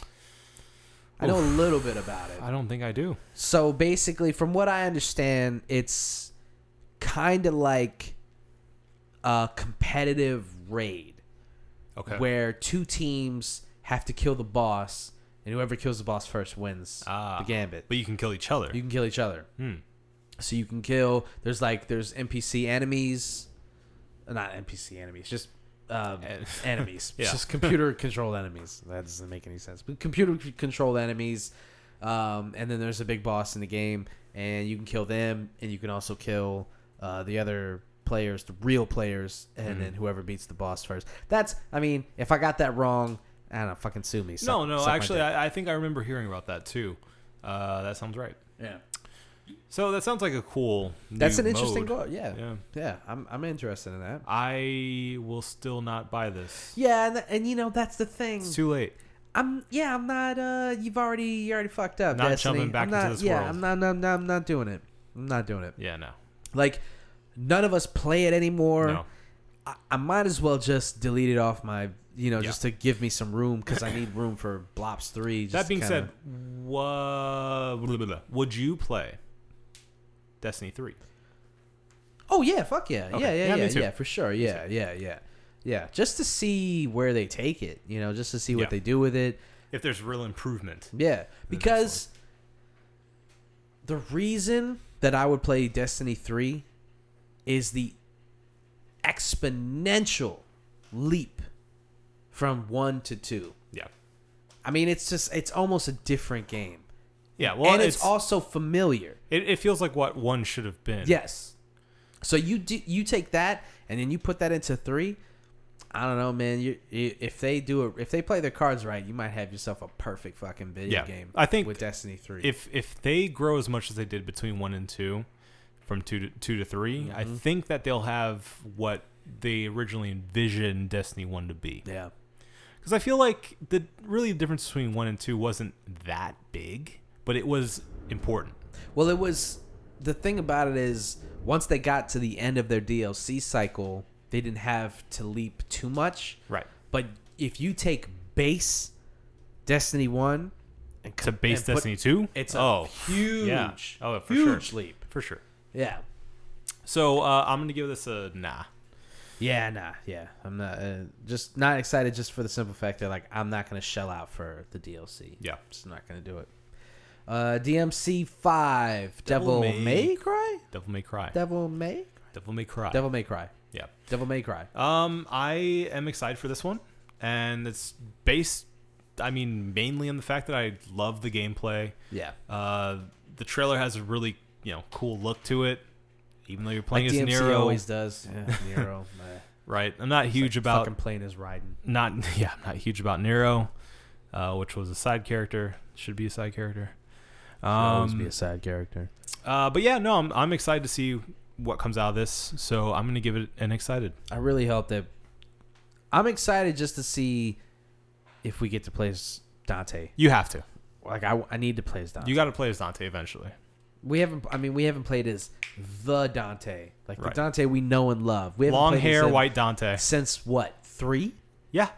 I know a little bit about it.
I don't think I do.
So basically, from what I understand, it's kind of like a competitive raid
Okay.
where two teams have to kill the boss, and whoever kills the boss first wins
Ah.
the Gambit.
But you can kill each other.
You can kill each other.
Hmm.
So you can kill. There's like there's NPC enemies, uh, not NPC enemies, just um,
En-
enemies.
Yeah.
Just computer controlled enemies. That doesn't make any sense. But computer c- controlled enemies, um, and then there's a big boss in the game, and you can kill them, and you can also kill uh, the other players, the real players, and
Hmm.
then whoever beats the boss first. That's. I mean, if I got that wrong, I don't know. Fucking sue me.
no,
Suck-
no.
suck my
Actually,
dick.
I, I think I remember hearing about that too. Uh, that sounds right.
yeah.
So that sounds like a cool.
That's
new
an interesting
mode.
goal. Yeah.
Yeah.
yeah. I'm I'm interested in that.
I will still not buy this.
Yeah, and, and you know that's the thing.
It's too late.
I'm yeah, I'm not. Uh, you've already you already fucked up.
Not
Destiny.
jumping back
I'm
into
not,
this
yeah,
world.
I'm not, I'm not. I'm not doing it. I'm not doing it.
Yeah, no.
Like none of us play it anymore.
No.
I, I might as well just delete it off my. You know,
Yeah.
just to give me some room because I need room for Blops Three. just
That being
kinda-
said, wha- blah, blah, blah. would you play Destiny 3?
oh yeah, fuck yeah,
Okay.
yeah, yeah,
Yeah,
yeah,
me
yeah,
too.
for sure, yeah, yeah, yeah, yeah. Just to see where they take it, you know, just to see what
Yeah.
they do with it.
If there's real improvement.
Yeah, because the reason that I would play Destiny 3 is the exponential leap from 1 to 2.
Yeah.
I mean, it's just it's almost a different game.
Yeah, well,
and
it's,
it's, also familiar.
it, it feels like what one should have been.
Yes. So you do, you take that and then you put that into 3. I don't know, man. You, you if they do a, if they play their cards right, you might have yourself a perfect fucking video
Yeah.
game.
I think
with Destiny 3.
If if they grow as much as they did between 1 and 2, from 2 to 2 to 3, I
Mm-hmm.
think that they'll have what they originally envisioned Destiny 1 to be.
yeah.
Because I feel like the really the difference between 1 and 2 wasn't that big, but it was important.
Well, it was the thing about it is once they got to the end of their DLC cycle, they didn't have to leap too much.
Right.
But if you take base Destiny One, and
To base
and put-
Destiny 2?
it's a
oh,
huge,
yeah. Oh, for
huge
sure.
leap.
For sure.
Yeah,
So uh, I'm gonna give this a nah.
yeah, nah, yeah. I'm not uh, just not excited just for the simple fact that like I'm not gonna shell out for the DLC.
Yeah.
just not gonna do it. Uh, DMC Five, Devil,
Devil May-
May Cry,
Devil May Cry.
Devil May,
Devil May Cry.
Devil May Cry,
Yeah.
Devil May Cry.
Um, I am excited for this one, and it's based, I mean, mainly on the fact that I love the gameplay.
Yeah.
Uh, the trailer has a really you know cool look to it, even though you're playing
Like
as
DMC
Nero.
always does. Yeah, Nero.
right. I'm not huge about
fucking plane is riding.
not yeah, I'm not huge about Nero, uh, which was a side character. Should be a side character.
always
Um,
be a side character.
Uh, but yeah, no, I'm, I'm excited to see what comes out of this. So I'm gonna give it an excited.
I really hope that. I'm excited just to see if we get to play as Dante.
You have to.
Like I, I need to play as Dante.
You got to play as Dante eventually.
we haven't. I mean, we haven't played as the Dante. Like
Right.
the Dante we know and love. We haven't
Long
played as
hair,
him
white Dante.
since what three
Yeah.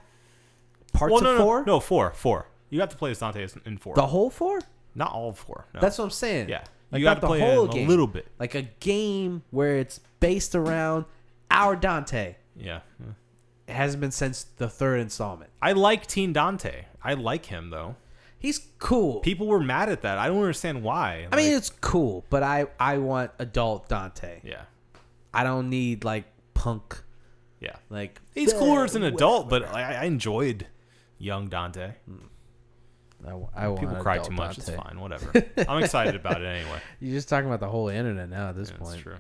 parts
Well, no,
of
no,
four?
no, four, four. You have to play as Dante as- in four.
the whole four.
Not all four. No.
That's what I'm saying.
Yeah.
Like,
You
not
gotta play it in a little bit.
Like a game where it's based around our Dante.
yeah. yeah.
It hasn't been since the third installment.
I like Teen Dante. I like him though.
He's cool.
People were mad at that. I don't understand why.
I mean,
Like,
it's cool, but I I want adult Dante.
yeah,
I don't need like punk.
yeah.
Like eh.
He's cooler as an adult, but I, I enjoyed young Dante.
I, wa- I want
People cry
adult
too much.
Dante.
It's fine. Whatever. I'm excited about it anyway.
You're just talking about the whole internet now at this
That's
point.
true.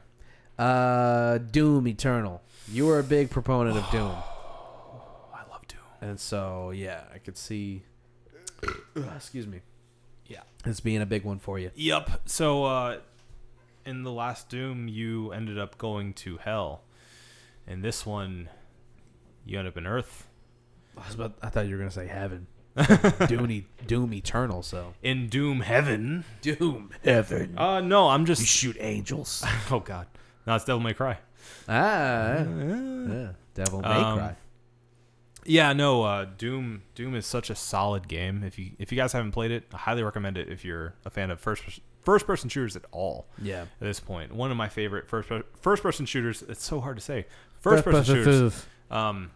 Uh, Doom Eternal. You were a big proponent of Doom, oh,
I love Doom.
and so yeah, I could see. uh, excuse me.
Yeah.
It's being a big one for you.
Yep. So uh, in the last Doom, you ended up going to hell. In this one, you end up in Earth.
I, was about, I thought you were gonna say heaven. Doom, E- Doom Eternal. So
In Doom Heaven.
Doom Heaven.
Uh, no, I'm just.
Shoot angels.
oh God. No, it's Devil May Cry.
ah, yeah. Devil May
Um,
Cry.
Yeah, no. Uh, Doom Doom is such a solid game. If you if you guys haven't played it, I highly recommend it. If you're a fan of first pers- first person shooters at all,
Yeah.
At this point, one of my favorite first per- first person shooters. It's so hard to say. First person shooters, um,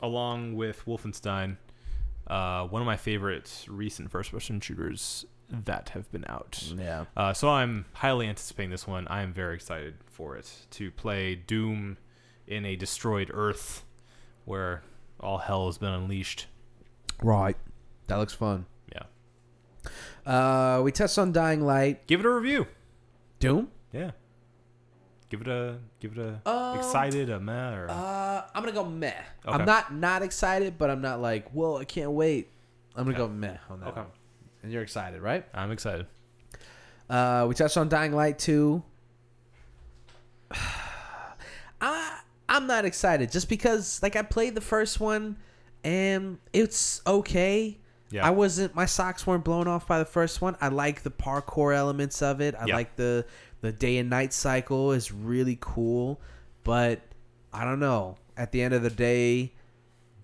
along with Wolfenstein, uh, one of my favorite recent first person shooters that have been out.
Yeah.
Uh, so I'm highly anticipating this one. I am very excited for it to play Doom in a destroyed Earth where all hell has been unleashed.
Right. That looks fun.
Yeah,
Uh, we touched on Dying Light.
give it a review.
Doom.
Yeah, give it a give it a excited a meh or
Uh, I'm gonna go meh.
Okay.
I'm not not excited, but I'm not like whoa, I can't wait. I'm gonna go meh on that.
Okay.
one. And you're excited, right?
I'm excited.
Uh, we touched on Dying Light two. I I'm not excited just because like I played the first one, and it's okay.
Yeah.
I wasn't my socks weren't blown off by the first one. I like the parkour elements of it. I
Yeah.
like the the day and night cycle is really cool, but I don't know. At the end of the day,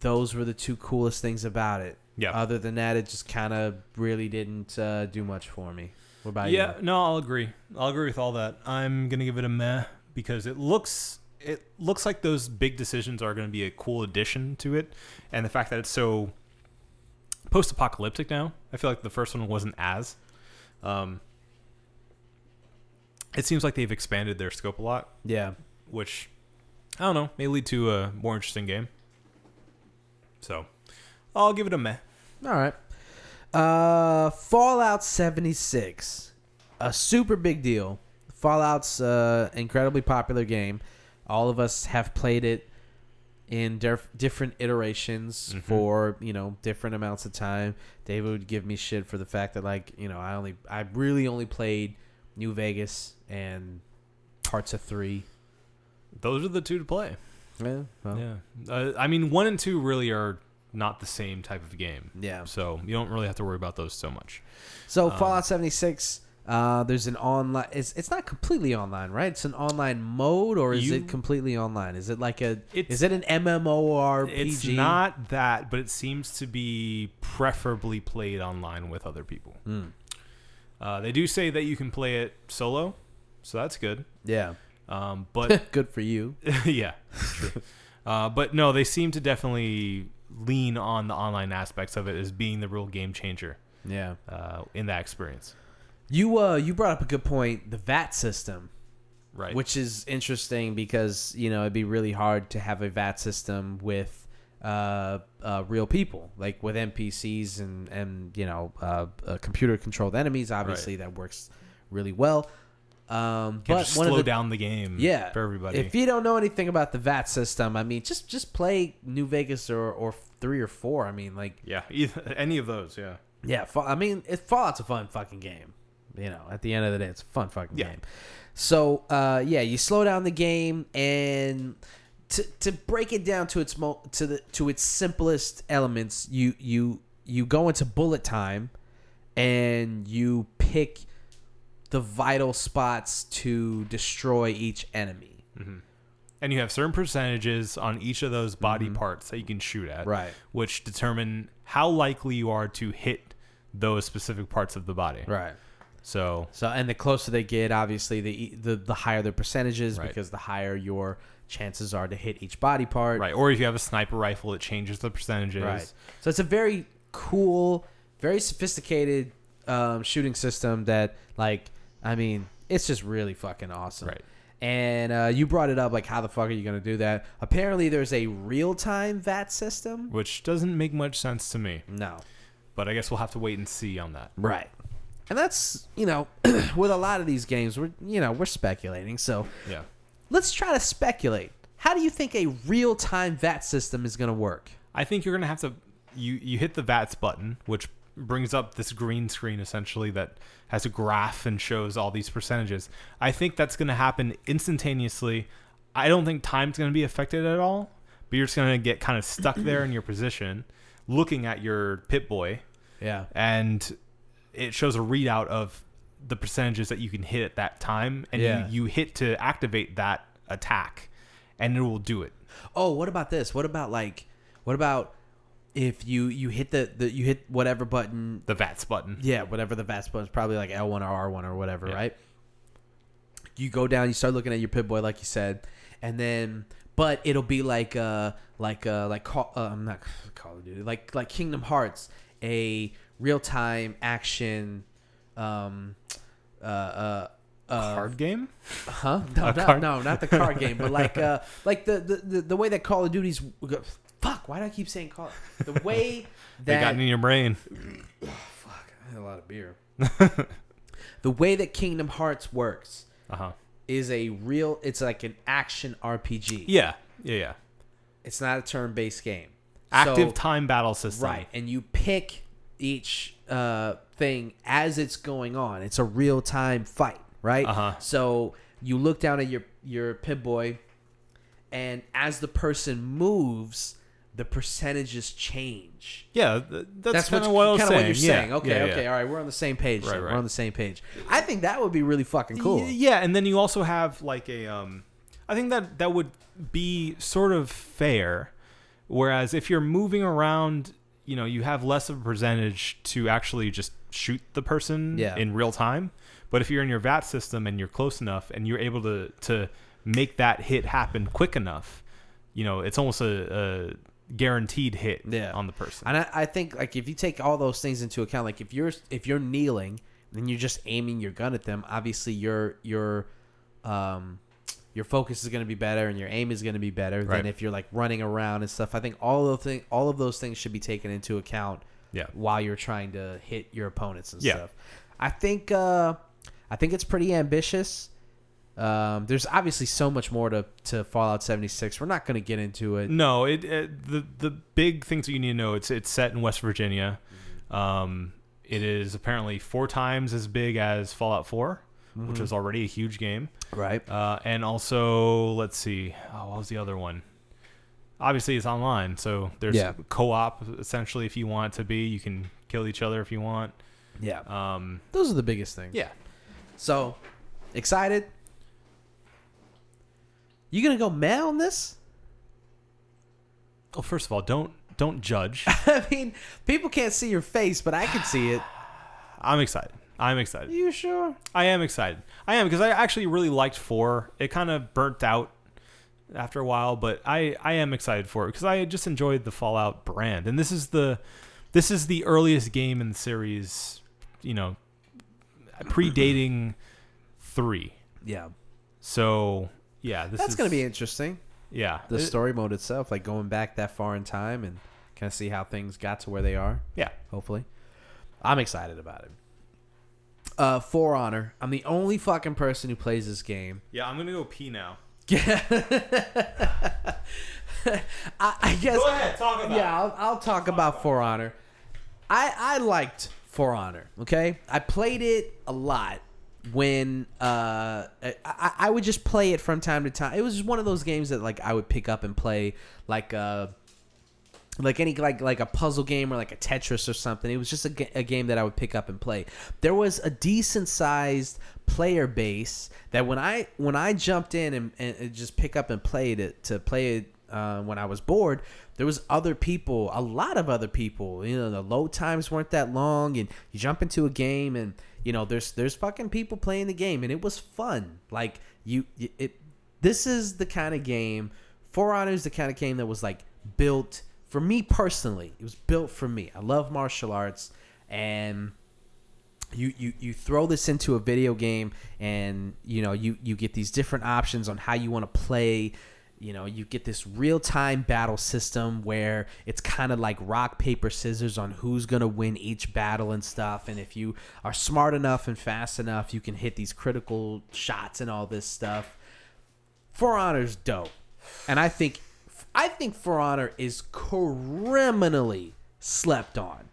those were the two coolest things about it.
Yeah.
Other than that, it just kind of really didn't uh, do much for me. What about you?
Yeah, no, I'll agree. I'll agree with all that. I'm gonna give it a meh because it looks it looks like those big decisions are gonna be a cool addition to it, and the fact that it's so post apocalyptic now, I feel like the first one wasn't as. Um, it seems like they've expanded their scope a lot,
Yeah.
which I don't know may lead to a more interesting game. So, I'll give it a meh.
All right. Uh, Fallout 76. A super big deal. Fallout's uh incredibly popular game. All of us have played it in dif- different iterations for, you know, different amounts of time. David would give me shit for the fact that like, you know, I only I really only played New Vegas and parts of 3.
Those are the two to play.
Yeah. well,
Yeah, uh, I mean, one and two really are not the same type of game.
Yeah.
So you don't really have to worry about those so much.
So
Um,
Fallout 76, uh, there's an online. It's it's not completely online, right? It's an online mode, or is
You-
it completely online? Is it like a?
It's-
is it an MMORPG?
It's not that, but it seems to be preferably played online with other people.
Hmm.
Uh, they do say that you can play it solo, so that's good.
Yeah.
Um, but
Good for you.
yeah, true. uh, but no, they seem to definitely lean on the online aspects of it as being the real game changer
Yeah.
uh, in that experience.
You uh you brought up a good point. The VAT system.
Right.
which is interesting because you know it'd be really hard to have a VAT system with uh, uh, real people, like with NPCs and and you know uh, uh, computer controlled enemies. Obviously, that works really well. Um,
can
but
just
one of
slow
the,
down the game.
yeah,
For everybody.
If you don't know anything about the VAT system, I mean, just just play New Vegas or or three or four. I mean, like
yeah. Either, any of those. Yeah.
yeah, Fa- I mean, it, Fallout's a fun fucking game. You know, at the end of the day, it's a fun fucking
Yeah.
game. So, uh, yeah, you slow down the game and to, to break it down to its mo- to the to its simplest elements, you you you go into bullet time and you pick the vital spots to destroy each enemy.
and you have certain percentages on each of those body parts that you can shoot at,
Mm-hmm. Right.
Which determine how likely you are to hit those specific parts of the body,
Right.
So,
So, and the closer they get, obviously, the e- the, the higher the percentages
Right.
because the higher your chances are to hit each body part.
right, or if you have a sniper rifle, it changes the percentages.
Right. So it's a very cool very sophisticated um, shooting system that, like, I mean, it's just really fucking awesome.
Right.
And uh, you brought it up, like, how the fuck are you gonna do that? Apparently, there's a real time VAT system.
which doesn't make much sense to me.
No.
But I guess we'll have to wait and see on that.
Right. And that's you know, with a lot of these games, we're you know we're speculating. So
Yeah.
let's try to speculate. How do you think a real time VAT system is gonna work?
I think you're gonna have to you you hit the VATS button, which brings up this green screen essentially that has a graph and shows all these percentages. I think that's gonna happen instantaneously. I don't think time's gonna be affected at all, but you're just gonna get kind of stuck there in your position, looking at your pit boy,
Yeah.
and it shows a readout of the percentages that you can hit at that time, and
Yeah.
you, you hit to activate that attack, and it will do it.
Oh, what about this? What about like, what about if you you hit the, the you hit whatever button?
The VATS button.
Yeah, whatever the VAT button is, probably like L one or R one or whatever,
Yeah.
right? You go down, you start looking at your pit boy, like you said, and then but it'll be like uh like uh like call uh, I'm not Call of Duty like like Kingdom Hearts, a real time action, um, uh uh. Uh,
Card game?
Huh? No, not,
card-
no, not the card game, but like uh, like the, the, the, the way that Call of Duty's fuck. Why do I keep saying Call? The way
They got
that
in your brain.
I had a lot of beer. the way that Kingdom Hearts works
Uh huh.
is a real. It's like an action RPG.
Yeah. Yeah. Yeah.
It's not a turn-based game.
Active
So-
time battle system.
right? And you pick each uh, thing as it's going on. It's a real-time fight, right?
Uh-huh.
So you look down at your your pit boy, and as the person moves, the percentages change.
Yeah. th- That's,
That's
kind
what's
of what I was
kinda
saying.
what you're
yeah.
saying. Okay,
yeah, yeah.
okay, all right. We're on the same page.
Right,
then.
right.
We're on the same page. I think that would be really fucking cool.
Y- Yeah, and then you also have like a um I think that that would be sort of fair whereas if you're moving around, you know, you have less of a percentage to actually just shoot the person
Yeah.
in real time. But if you're in your VAT system and you're close enough and you're able to to make that hit happen quick enough, you know, it's almost a, a guaranteed hit
Yeah.
on the person.
And I, I think like if you take all those things into account, like if you're if you're kneeling and you're just aiming your gun at them, obviously your your um your focus is going to be better and your aim is going to be better
Right.
than if you're like running around and stuff. I think all of thing all of those things should be taken into account
Yeah.
while you're trying to hit your opponents and
Yeah.
stuff. I think uh I think it's pretty ambitious. Um, there's obviously so much more to, to Fallout 76. We're not going to get into it.
No, it, it the the big things that you need to know it's it's set in West Virginia. Um, it is apparently four times as big as Fallout 4, which was already a huge game.
Right.
Uh, and also, let's see, oh, what was the other one? Obviously, it's online, so there's
Yeah.
co-op essentially. If you want it to be, you can kill each other if you want.
Yeah.
Um,
Those are the biggest things.
yeah,
So, excited? You gonna go mad on this?
Well, first of all, don't don't judge.
I mean, people can't see your face, but I can see it.
I'm excited. I'm excited.
you sure?
I am excited. I am because I actually really liked four. It kind of burnt out after a while, but I I am excited for it because I just enjoyed the Fallout brand, and this is the this is the earliest game in the series, you know, predating three.
Yeah.
So yeah, this
That's
is,
gonna be interesting.
yeah
The
It-
story mode itself, like going back that far in time and kind of see how things got to where they are.
yeah
Hopefully, I'm excited about it. Uh, For Honor. I'm the only fucking person who plays this game.
yeah. I'm gonna go pee now.
Yeah. I, I guess.
ahead, talk about
Yeah, I'll, I'll talk about For Honor. I I liked For Honor. Okay, I played it a lot when uh I, I I would just play it from time to time. It was just one of those games that like I would pick up and play like uh like any like like a puzzle game or like a Tetris or something. It was just a, ga- a game that I would pick up and play. There was a decent sized player base that when I when I jumped in and, and and just pick up and played it to play it uh, when I was bored, there was other people, a lot of other people. You know, the load times weren't that long, and you jump into a game and you know there's there's fucking people playing the game, and it was fun. Like you, you- it. This is the kind of game for Honor is the kind of game that was like built for me personally. It was built for me. I love martial arts, and you, you you throw this into a video game and you know you you get these different options on how you want to play you know you get this real-time battle system where it's kind of like rock paper scissors on who's going to win each battle and stuff and if you are smart enough and fast enough you can hit these critical shots and all this stuff for honor's dope and i think i think for honor is criminally slept on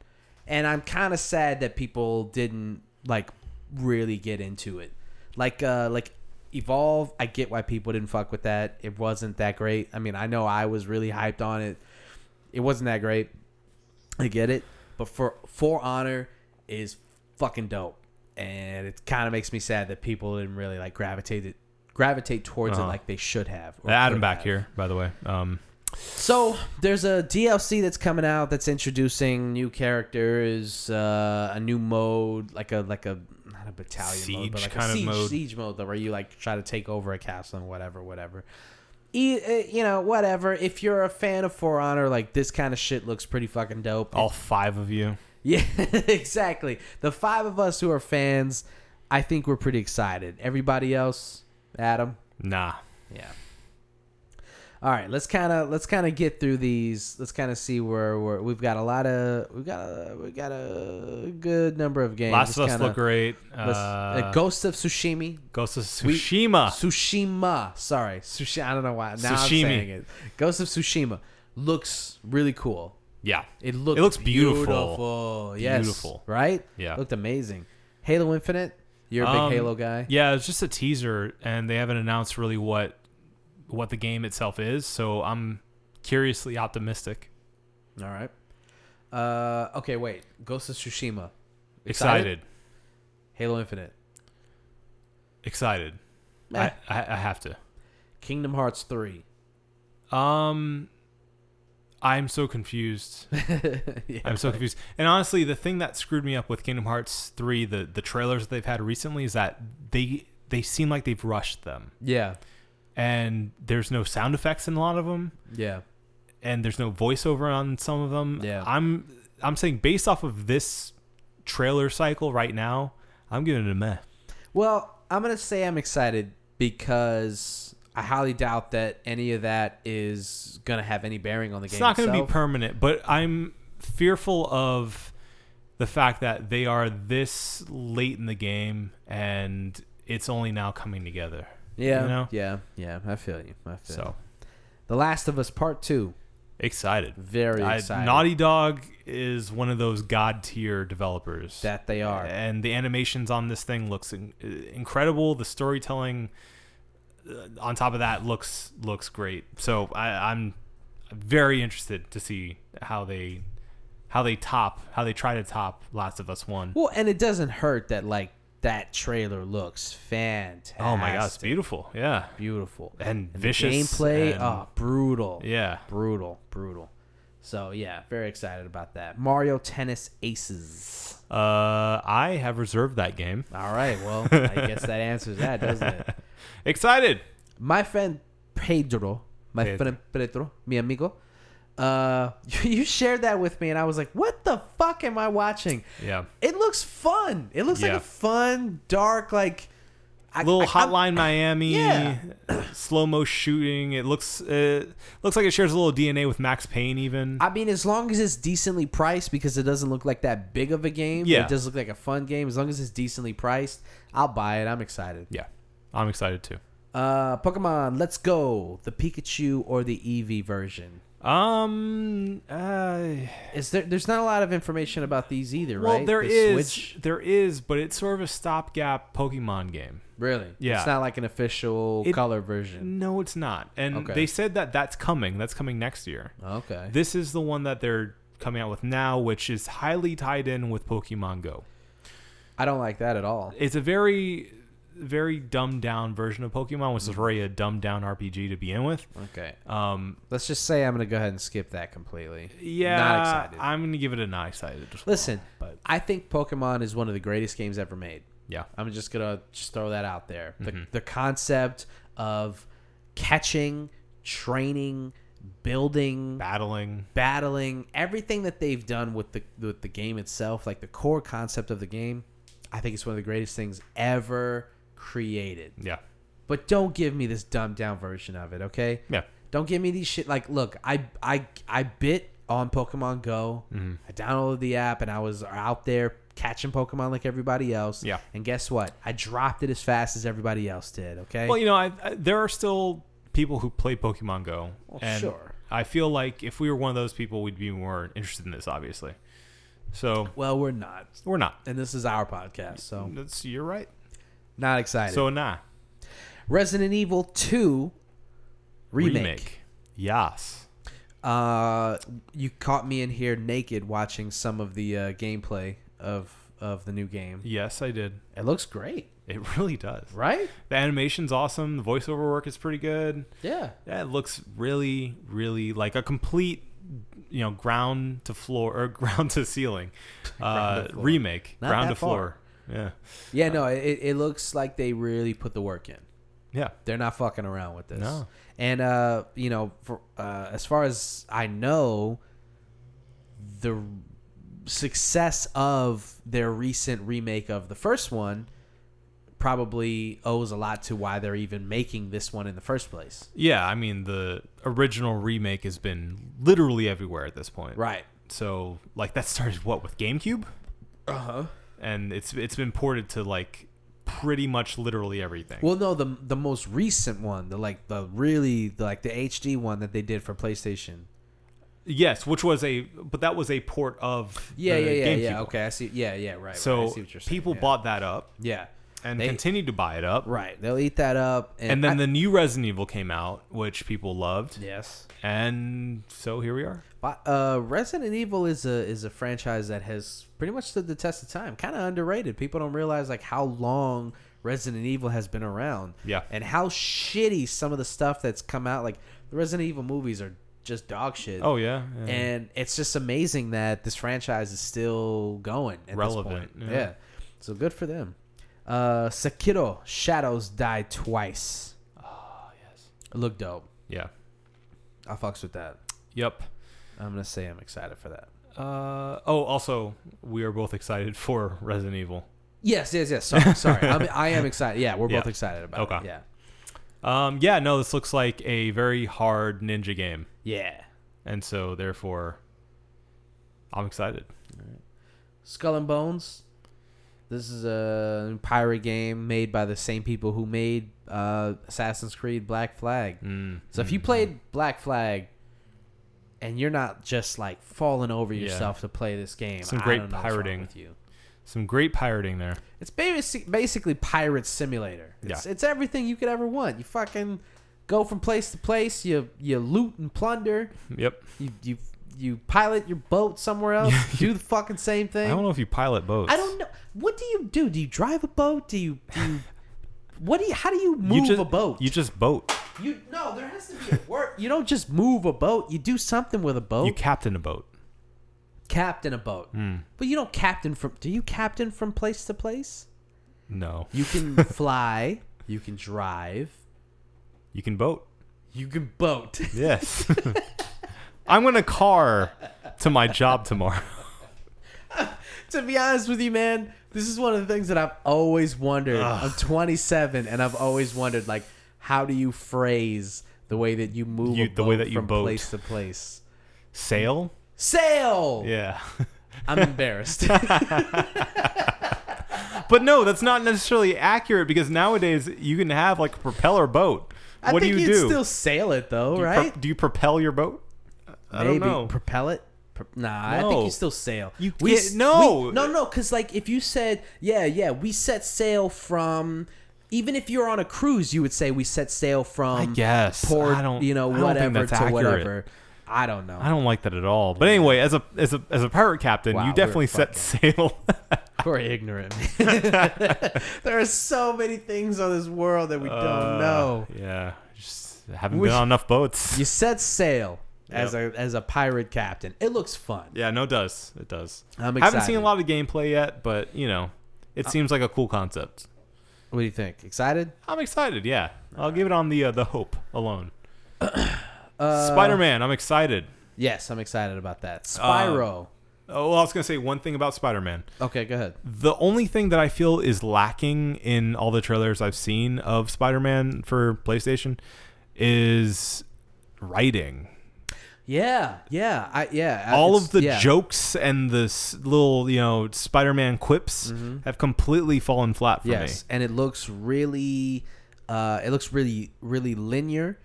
and I'm kind of sad that people didn't like really get into it. Like uh like Evolve, I get why people didn't fuck with that. It wasn't that great. I mean, I know I was really hyped on it. It wasn't that great. I get it. But for For Honor is fucking dope. And it kind of makes me sad that people didn't really like gravitate it, gravitate towards it
Uh-huh.
like they should have. or
Adam
could
back
have.
here, by the way. Um,
So there's a DLC that's coming out that's introducing new characters, uh, a new mode, like a like a not a battalion mode, but like
Siege kind
a
of
siege,
mode.
siege mode, though, where you like try to take over a castle and whatever, whatever. E- uh, you know, whatever. If you're a fan of For Honor, like this kind of shit looks pretty fucking dope.
all five of you.
Yeah, exactly. The five of us who are fans, I think we're pretty excited. Everybody else, Adam,
Nah.
yeah. All right, let's kind of let's kind of get through these. Let's kind of see where we're, we've got a lot of we've got a we got a good number of games.
Last of
Let's
Us
kinda-
look great.
let's-
Uh, Ah.
uh, Ghost of Tsushima.
Ghost of Tsushima.
Tsushima. Sorry, Tsushi. I don't know why. Now I'm
Tsushimi.
saying it. Ghost of Tsushima looks really cool.
yeah.
It looks
It looks beautiful.
beautiful. Yes.
Beautiful.
Right.
Yeah.
Looked amazing. Halo Infinite. You're a big
Um,
Halo guy.
Yeah, it's just a teaser, and they haven't announced really what what the game itself is. So I'm curiously optimistic,
All right. Uh, okay, wait. Ghost of Tsushima.
excited,
Halo Infinite.
excited.
Eh.
I, I I have to.
Kingdom Hearts 3.
Um, I'm so confused.
yeah.
I'm so confused. And honestly, the thing that screwed me up with Kingdom Hearts three, the the trailers that they've had recently, is that they they seem like they've rushed them,
yeah.
and there's no sound effects in a lot of them.
Yeah.
and there's no voiceover on some of them.
Yeah.
I'm I'm saying based off of this trailer cycle right now, I'm giving it a meh.
Well, I'm going to say I'm excited because I highly doubt that any of that is going to have any bearing on the game.
It's not going to be
itself.
permanent, but I'm fearful of the fact that they are this late in the game and it's only now coming together.
Yeah.
you know?
Yeah. Yeah. I feel you. I feel you.
So
The Last of Us Part 2.
excited.
Very
I-
excited.
Naughty Dog is one of those god tier developers.
That they are.
and the animations on this thing looks in- uh, incredible the storytelling uh, on top of that looks looks great so I, i'm very interested to see how they how they top how they try to top last of us one.
Well, and it doesn't hurt that, like, that trailer looks fantastic.
Oh my god it's beautiful yeah
Beautiful.
and,
And the
vicious
gameplay,
and-
oh, brutal.
yeah
Brutal, brutal. So yeah, very excited about that. Mario Tennis Aces.
uh i have reserved that game
All right, well, I guess that answers that, doesn't it?
excited
My friend Pedro, my
Pedro.
friend Pedro, mi amigo, uh, you shared that with me, and I was like, "What the fuck am I watching?"
yeah
It looks fun. It looks like
Yeah.
a fun, dark, like I,
little
I- I'm-
hotline Miami,
Yeah.
slow mo shooting. It looks uh, looks like it shares a little DNA with Max Payne. Even
I mean, as long as it's decently priced, because it doesn't look like that big of a game.
Yeah.
It does look like a fun game. As long as it's decently priced, I'll buy it. I'm excited.
yeah, I'm excited too.
Uh, Pokemon, let's go. The Pikachu or the Eevee version.
Um, uh,
Is there? There's not a lot of information about these either,
well,
right?
there
The
is
Switch?
there is, but it's sort of a stopgap Pokemon game.
really.
Yeah.
It's not like an official
It-
color version.
No, it's not. And
Okay. Oh.
they said that that's coming. That's coming next year.
Okay.
This is the one that they're coming out with now, which is highly tied in with Pokemon Go.
I don't like that at all.
it's a very very dumbed down version of Pokemon,
Mm-hmm.
which is already a dumbed down RPG to begin with.
Okay.
Um,
Let's just say I'm gonna go ahead and skip that completely.
yeah,
Not excited.
I'm gonna give it a not excited. as well,
Listen,
but
I think Pokemon is one of the greatest games ever made.
yeah,
I'm just gonna just throw that out
Mhm.
there. The, the concept of catching, training, building,
battling.
battling, everything that they've done with the with the game itself, like the core concept of the game, I think it's one of the greatest things ever created.
Yeah.
But don't give me this dumbed down version of it, okay?
Yeah.
Don't give me these shit. Like, look, I I I bit on Pokemon Go.
Mm-hmm.
I downloaded the app and I was out there catching Pokemon like everybody else.
Yeah.
And guess what? I dropped it as fast as everybody else did. Okay.
Well, you know, I, I, there are still people who play Pokemon Go. and
sure.
I feel like if we were one of those people, we'd be more interested in this, obviously. So
well, we're not,
we're not.
and this is our podcast, so
That's you're right.
not excited.
So nah.
Resident Evil Two remake.
Yes.
Uh, you caught me in here naked watching some of the uh, gameplay of of the new game.
Yes, I did.
It looks great,
It really does.
right?
The animation's awesome. The voiceover work is pretty good.
Yeah.
Yeah, it looks really, really like a complete, you know, ground to floor or ground to ceiling uh, remake.
Not
ground
that
to floor. Yeah.
Yeah, no, it, it looks like they really put the work in.
Yeah.
They're not fucking around with this.
No.
And uh, you know, for, uh, as far as I know, the success of their recent remake of the first one probably owes a lot to why they're even making this one in the first place.
Yeah, I mean the original remake has been literally everywhere at this point.
Right.
So like that started what with GameCube?
Uh huh.
And it's it's been ported to like pretty much literally everything.
Well, no, the the most recent one, the like the really the, like the HD one that they did for PlayStation.
yes, which was a but that was a port of
Yeah,
the
yeah, yeah,
GameCube
yeah.
one.
Okay, I see. Yeah, yeah, right. right,
So
I see what you're saying,
people
yeah.
bought that up
Yeah,
and
They-
continued to buy it up.
right. They'll eat that up, and,
And then
I-
the new Resident Evil came out, which people loved.
yes,
And so here we are.
but, uh, Resident Evil is a is a franchise that has pretty much stood the test of time. Kind of underrated. People don't realize like how long Resident Evil has been around.
Yeah.
and how shitty some of the stuff that's come out. Like the Resident Evil movies are just dog shit.
Oh yeah. yeah.
and it's just amazing that this franchise is still going at
Relevant,
this point.
yeah.
Yeah. so good for them. Uh, Sekiro Shadows Die Twice. Oh
Ah,
yes, it looked dope.
yeah.
I fucks with that.
Yep.
I'm gonna say I'm excited for that.
Uh, oh, also, we are both excited for Resident Evil.
Yes, yes, yes. Sorry, sorry. I'm, I am excited. Yeah, we're both
Yeah.
excited about it.
Okay.
Yeah,
Um, yeah, no, this looks like a very hard ninja game,
yeah.
and so therefore, I'm excited.
Skull and Bones. This is a pirate game made by the same people who made uh, Assassin's Creed Black Flag.
Mm.
So if you played Black Flag and you're not just like falling over
Yeah.
yourself to play this game,
Some
I
great
don't know what's wrong
pirating.
with you.
Some great pirating there.
It's basi- basically pirate simulator. It's,
Yeah.
it's everything you could ever want. You fucking go from place to place. You you loot and plunder.
Yep.
You you you pilot your boat somewhere else. do the fucking same
I
thing.
don't know if you pilot boats.
I don't know. What do you do? Do you drive a boat? Do you? Do you what do you? How do you move
you just,
a boat?
You just boat.
You no, there has to be a work. you don't just move a boat. You do something with a boat.
You Hmm. captain a boat.
captain a boat, but you don't captain from. Do you captain from place to place?
No,
You can fly. You can drive.
you can boat.
You can boat.
Yes. I'm gonna car to my job tomorrow.
to be honest with you, man, this is one of the things that I've always wondered. I'm 27, and I've always wondered, like, how do you phrase the way that you move
You-
a
the
boat
way that you
from
boat.
place to place?
Sail.
Sail.
Yeah.
I'm embarrassed.
But no, that's not necessarily accurate because nowadays you can have like a propeller boat.
I
what
think
do you
you'd
do?
Still sail it though,
Do you
right?
pro- do you propel your boat? I
Maybe
don't know.
propel it. Pro- Nah, I think
No.
you still sail.
You
we
can't-
s-
no.
we- no, no, because like if you said, yeah, yeah, we set sail from. Even if you're on a cruise, you would say we set sail from.
I guess.
port,
I don't-
you know,
I don't think
whatever
that's
to
accurate.
whatever. I don't know.
I don't like that at all. But anyway, as a as a as a pirate captain,
Wow,
you
we're
definitely set sail.
We're ignorant. there are so many things on this world that we
Uh,
don't know.
yeah, just haven't
We-
been on enough boats.
You set sail as a as a pirate captain. It looks fun.
yeah, no, it does it does.
I'm
I haven't seen
excited.
a
Uh,
lot of gameplay yet, but you know, it seems like a cool concept.
What do you think? Excited?
I'm excited. Yeah, I'll give it on the uh, the hope alone.
Uh,
Spider Man. I'm excited.
Yes, I'm excited about that.
Uh,
Spyro.
Oh, well, I was gonna say one thing about Spider Man.
okay, go ahead.
The only thing that I feel is lacking in all the trailers I've seen of Spider Man for PlayStation is writing.
Yeah, yeah, I yeah. I-
all
it's-
of the
yeah.
jokes and the s- little you know spider-man quips have completely fallen flat for
Mm-hmm. Yes,
me
and it looks really, uh, it looks really, really linear,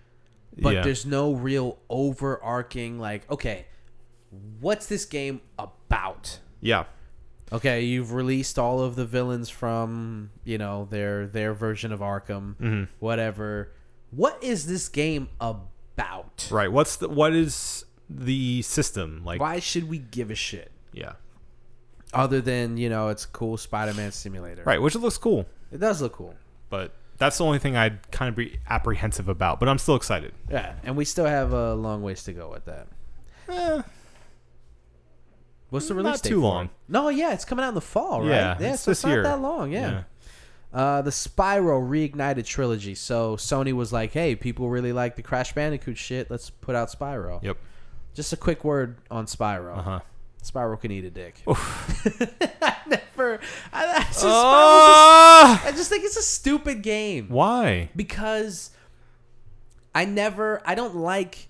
but
Yeah.
there's no real overarching like, okay, what's this game about?
yeah
Okay, you've released all of the villains from you know their their version of Arkham,
Mm-hmm.
whatever. What is this game about?
right what's the what is the system like
Why should we give a shit?
yeah
Other than you know, it's a cool Spider-Man simulator.
right which looks cool
it does look cool.
but that's the only thing i'd kind of be apprehensive about but i'm still excited
Yeah, and we still have a long ways to go with that.
Eh, Mm,
What's the
Not
release date
too
for
long.
it? No, yeah, it's coming out in the fall, right?
yeah
yeah
it's
so
this
it's not
year
that long. Yeah. Uh, the Spyro Reignited trilogy. So Sony was like, "Hey, people really like the Crash Bandicoot shit. Let's put out Spyro."
yep
Just a quick word on Spyro.
uh-huh
Spyro can eat a dick. I never. I, I just, Spyro's
Ah!
a- I just think it's a stupid game
why
because I never I don't like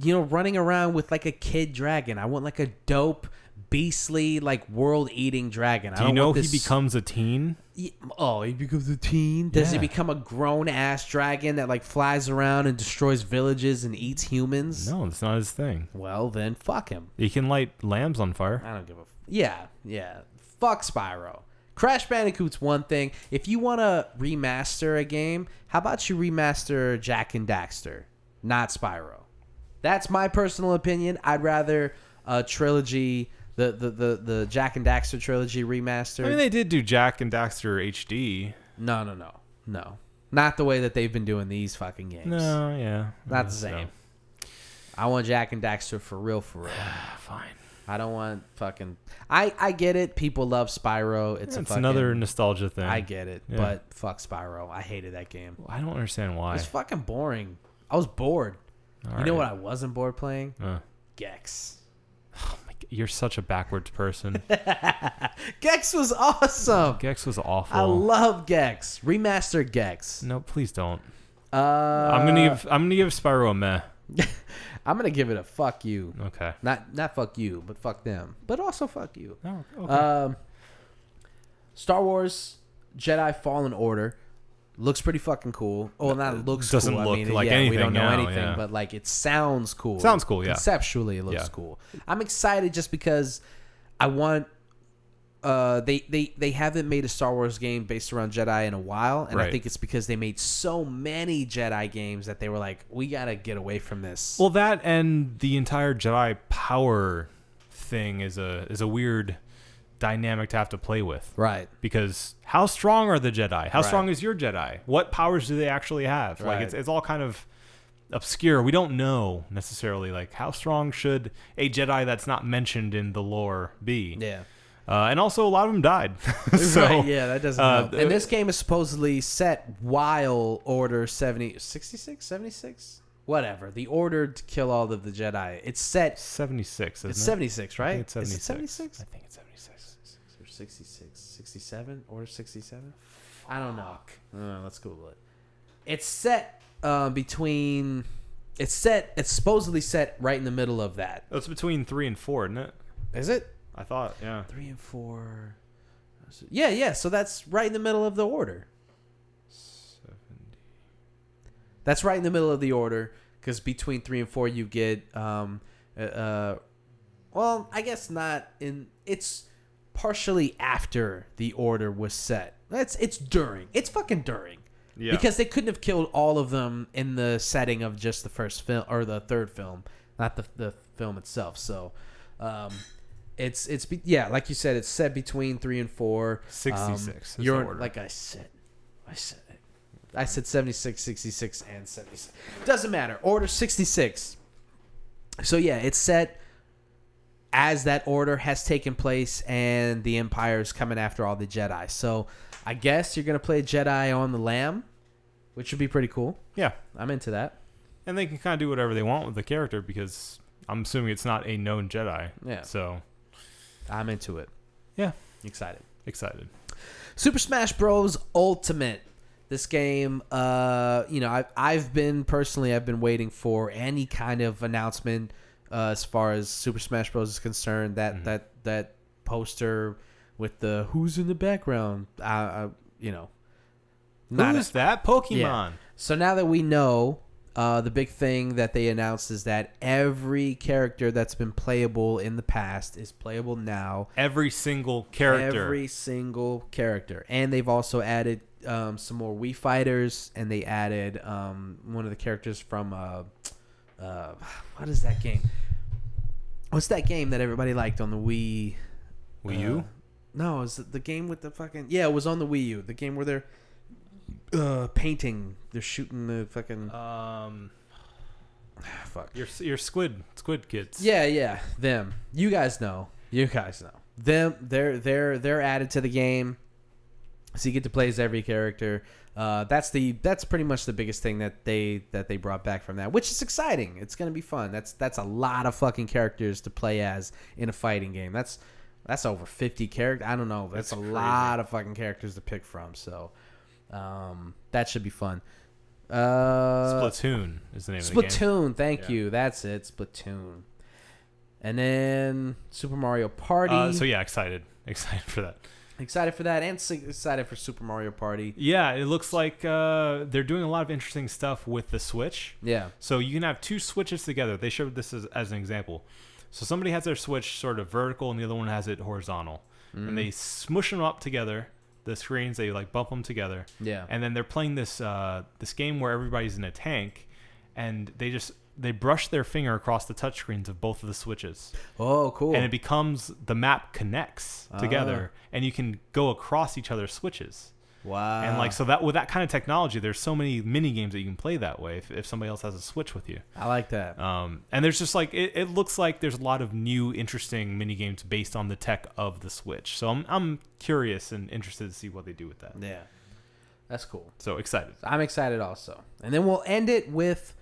you know running around with like a kid dragon. I want like a dope beastly like world eating dragon. I
do you
don't
know
want
he
this-
becomes a teen
Ye- Oh, he becomes a teen. Does
Yeah.
he become a grown ass dragon that like flies around and destroys villages and eats humans?
no it's not his thing
Well, then fuck him.
he can light lambs on fire
I don't give a. F- yeah, yeah. Fuck Spyro. Crash Bandicoot's one thing. If you want to remaster a game, how about you remaster Jack and Daxter, not Spyro? That's my personal opinion. I'd rather a trilogy, the the the, the Jack and Daxter trilogy remastered.
i mean they did do jack and daxter hd
no, no, no, no. Not the way that they've been doing these fucking games.
No, yeah.
Not the same. I want Jack and Daxter for real, for real.
Fine.
I don't want fucking. I I get it. People love Spyro. It's, a
It's
fucking,
another nostalgia thing.
I get it,
Yeah.
but fuck Spyro. I hated that game.
I don't understand why.
It's fucking boring. I was bored. you know what I wasn't bored playing?
Uh,
Gex.
like, you're such a backwards person.
Gex was awesome.
Gex was awful.
I love Gex. Remaster Gex.
no, please don't.
Uh,
I'm
I'm
gonna give I'm gonna give Spyro a meh.
I'm gonna give it a fuck you.
Okay.
Not not fuck you, but fuck them. But also fuck you.
No. Oh, Okay.
Um, Star Wars Jedi Fallen Order looks pretty fucking cool. Oh, not looks
Uh, doesn't
cool.
look
I mean,
like
yeah,
anything
We don't know
now,
anything,
yeah.
but like it sounds cool.
Sounds cool, yeah.
Conceptually, it looks
Yeah.
cool. I'm excited just because I want. Uh, they, they they haven't made a Star Wars game based around Jedi in a while, and
Right.
I think it's because they made so many Jedi games that they were like, we gotta get away from this.
well, that and the entire Jedi power thing is a is a weird dynamic to have to play with.
right.
Because how strong are the Jedi? How
Right.
strong is your Jedi? What powers do they actually have? Like
Right.
it's it's all kind of obscure. We don't know necessarily like how strong should a Jedi that's not mentioned in the lore be.
Yeah.
Uh, and also a lot of them died. so
right, yeah, that doesn't
uh,
help. And this game is supposedly set while Order 70, 66, 76? Whatever. The order to kill all of the Jedi. It's set.
76 isn't
It's
it?
76,
I
right?
think it's 76.
Is it 76?
I think it's 76.
Or 66? 67? Order 67? I don't know. I don't know. Let's Google it. It's set uh, between. It's set. It's supposedly set right in the middle of that.
That's between 3 and 4, isn't it?
Is it?
I thought, yeah.
Three and four. Yeah, yeah. So that's right in the middle of the order. That's right in the middle of the order because between three and four you get, um, uh, uh, well, I guess not in. It's partially after the order was set. That's it's during. It's fucking during.
Yeah.
Because they couldn't have killed all of them in the setting of just the first film or the third film, not the the film itself. So, um, it's it's be- yeah, like you said, it's set between three and four.
66 is the
Um, you're
order.
like I said, I said it. I said 76, 66, and 76. Doesn't matter. Order 66. So, yeah, it's set as that order has taken place and the Empire is coming after all the Jedi. So, I guess you're going to play Jedi on the Lamb, which would be pretty cool.
Yeah.
I'm into that.
and they can kind of do whatever they want with the character because I'm assuming it's not a known Jedi.
Yeah.
So
I'm into it.
yeah,
Excited.
excited.
Super Smash Bros. Ultimate. This game, uh, you know, I, I've been personally, I've been waiting for any kind of announcement uh, as far as Super Smash Bros. is concerned. That
Mm-hmm.
that that poster with the who's in the background, I, I you know,
Who
not
is that Pokemon?
so now that we know, uh, the big thing that they announced is that every character that's been playable in the past is playable now.
Every single character.
Every single character, and they've also added um, some more Wii fighters, and they added um, one of the characters from uh, uh, what is that game? What's that game that everybody liked on the Wii?
Will you?
Uh, no, is the game with the fucking yeah? It was on the Wii U. The game where they're uh, painting, they're shooting the fucking ah,
Um,
fuck.
your your squid squid kids.
Yeah, yeah, them. You guys know. You guys know. Them. They're they're they're added to the game, so you get to play as every character. Uh, that's the that's pretty much the biggest thing that they that they brought back from that, which is exciting. It's gonna be fun. That's that's a lot of fucking characters to play as in a fighting game. That's that's over fifty characters. I don't know. That's,
That's
a
crazy.
lot of fucking characters to pick from. So um, that should be fun. Uh,
Splatoon is the name of the game.
Splatoon, thank
Yeah.
you. That's it, Splatoon. And then Super Mario Party.
Uh, so yeah, excited, excited for that.
Excited for that, and s- excited for Super Mario Party.
Yeah, it looks like uh, they're doing a lot of interesting stuff with the Switch.
Yeah,
So you can have two switches together. They showed this as, as an example. So somebody has their switch sort of vertical, and the other one has it horizontal, and
Mm.
they smush them up together. The screens they like bump them together.
Yeah.
And then they're playing this uh, this game where everybody's in a tank, and they just they brush their finger across the touchscreens of both of the switches,
Oh, cool. Ah.
and it becomes the map connects together, and you can go across each other's switches.
wow.
And like so that with that kind of technology, there's so many mini games that you can play that way if, if somebody else has a switch with you.
I like that.
Um, and there's just like it, it looks like there's a lot of new interesting mini games based on the tech of the Switch. So I'm I'm curious and interested to see what they do with that.
yeah, that's cool.
So excited.
I'm excited also. And then we'll end it with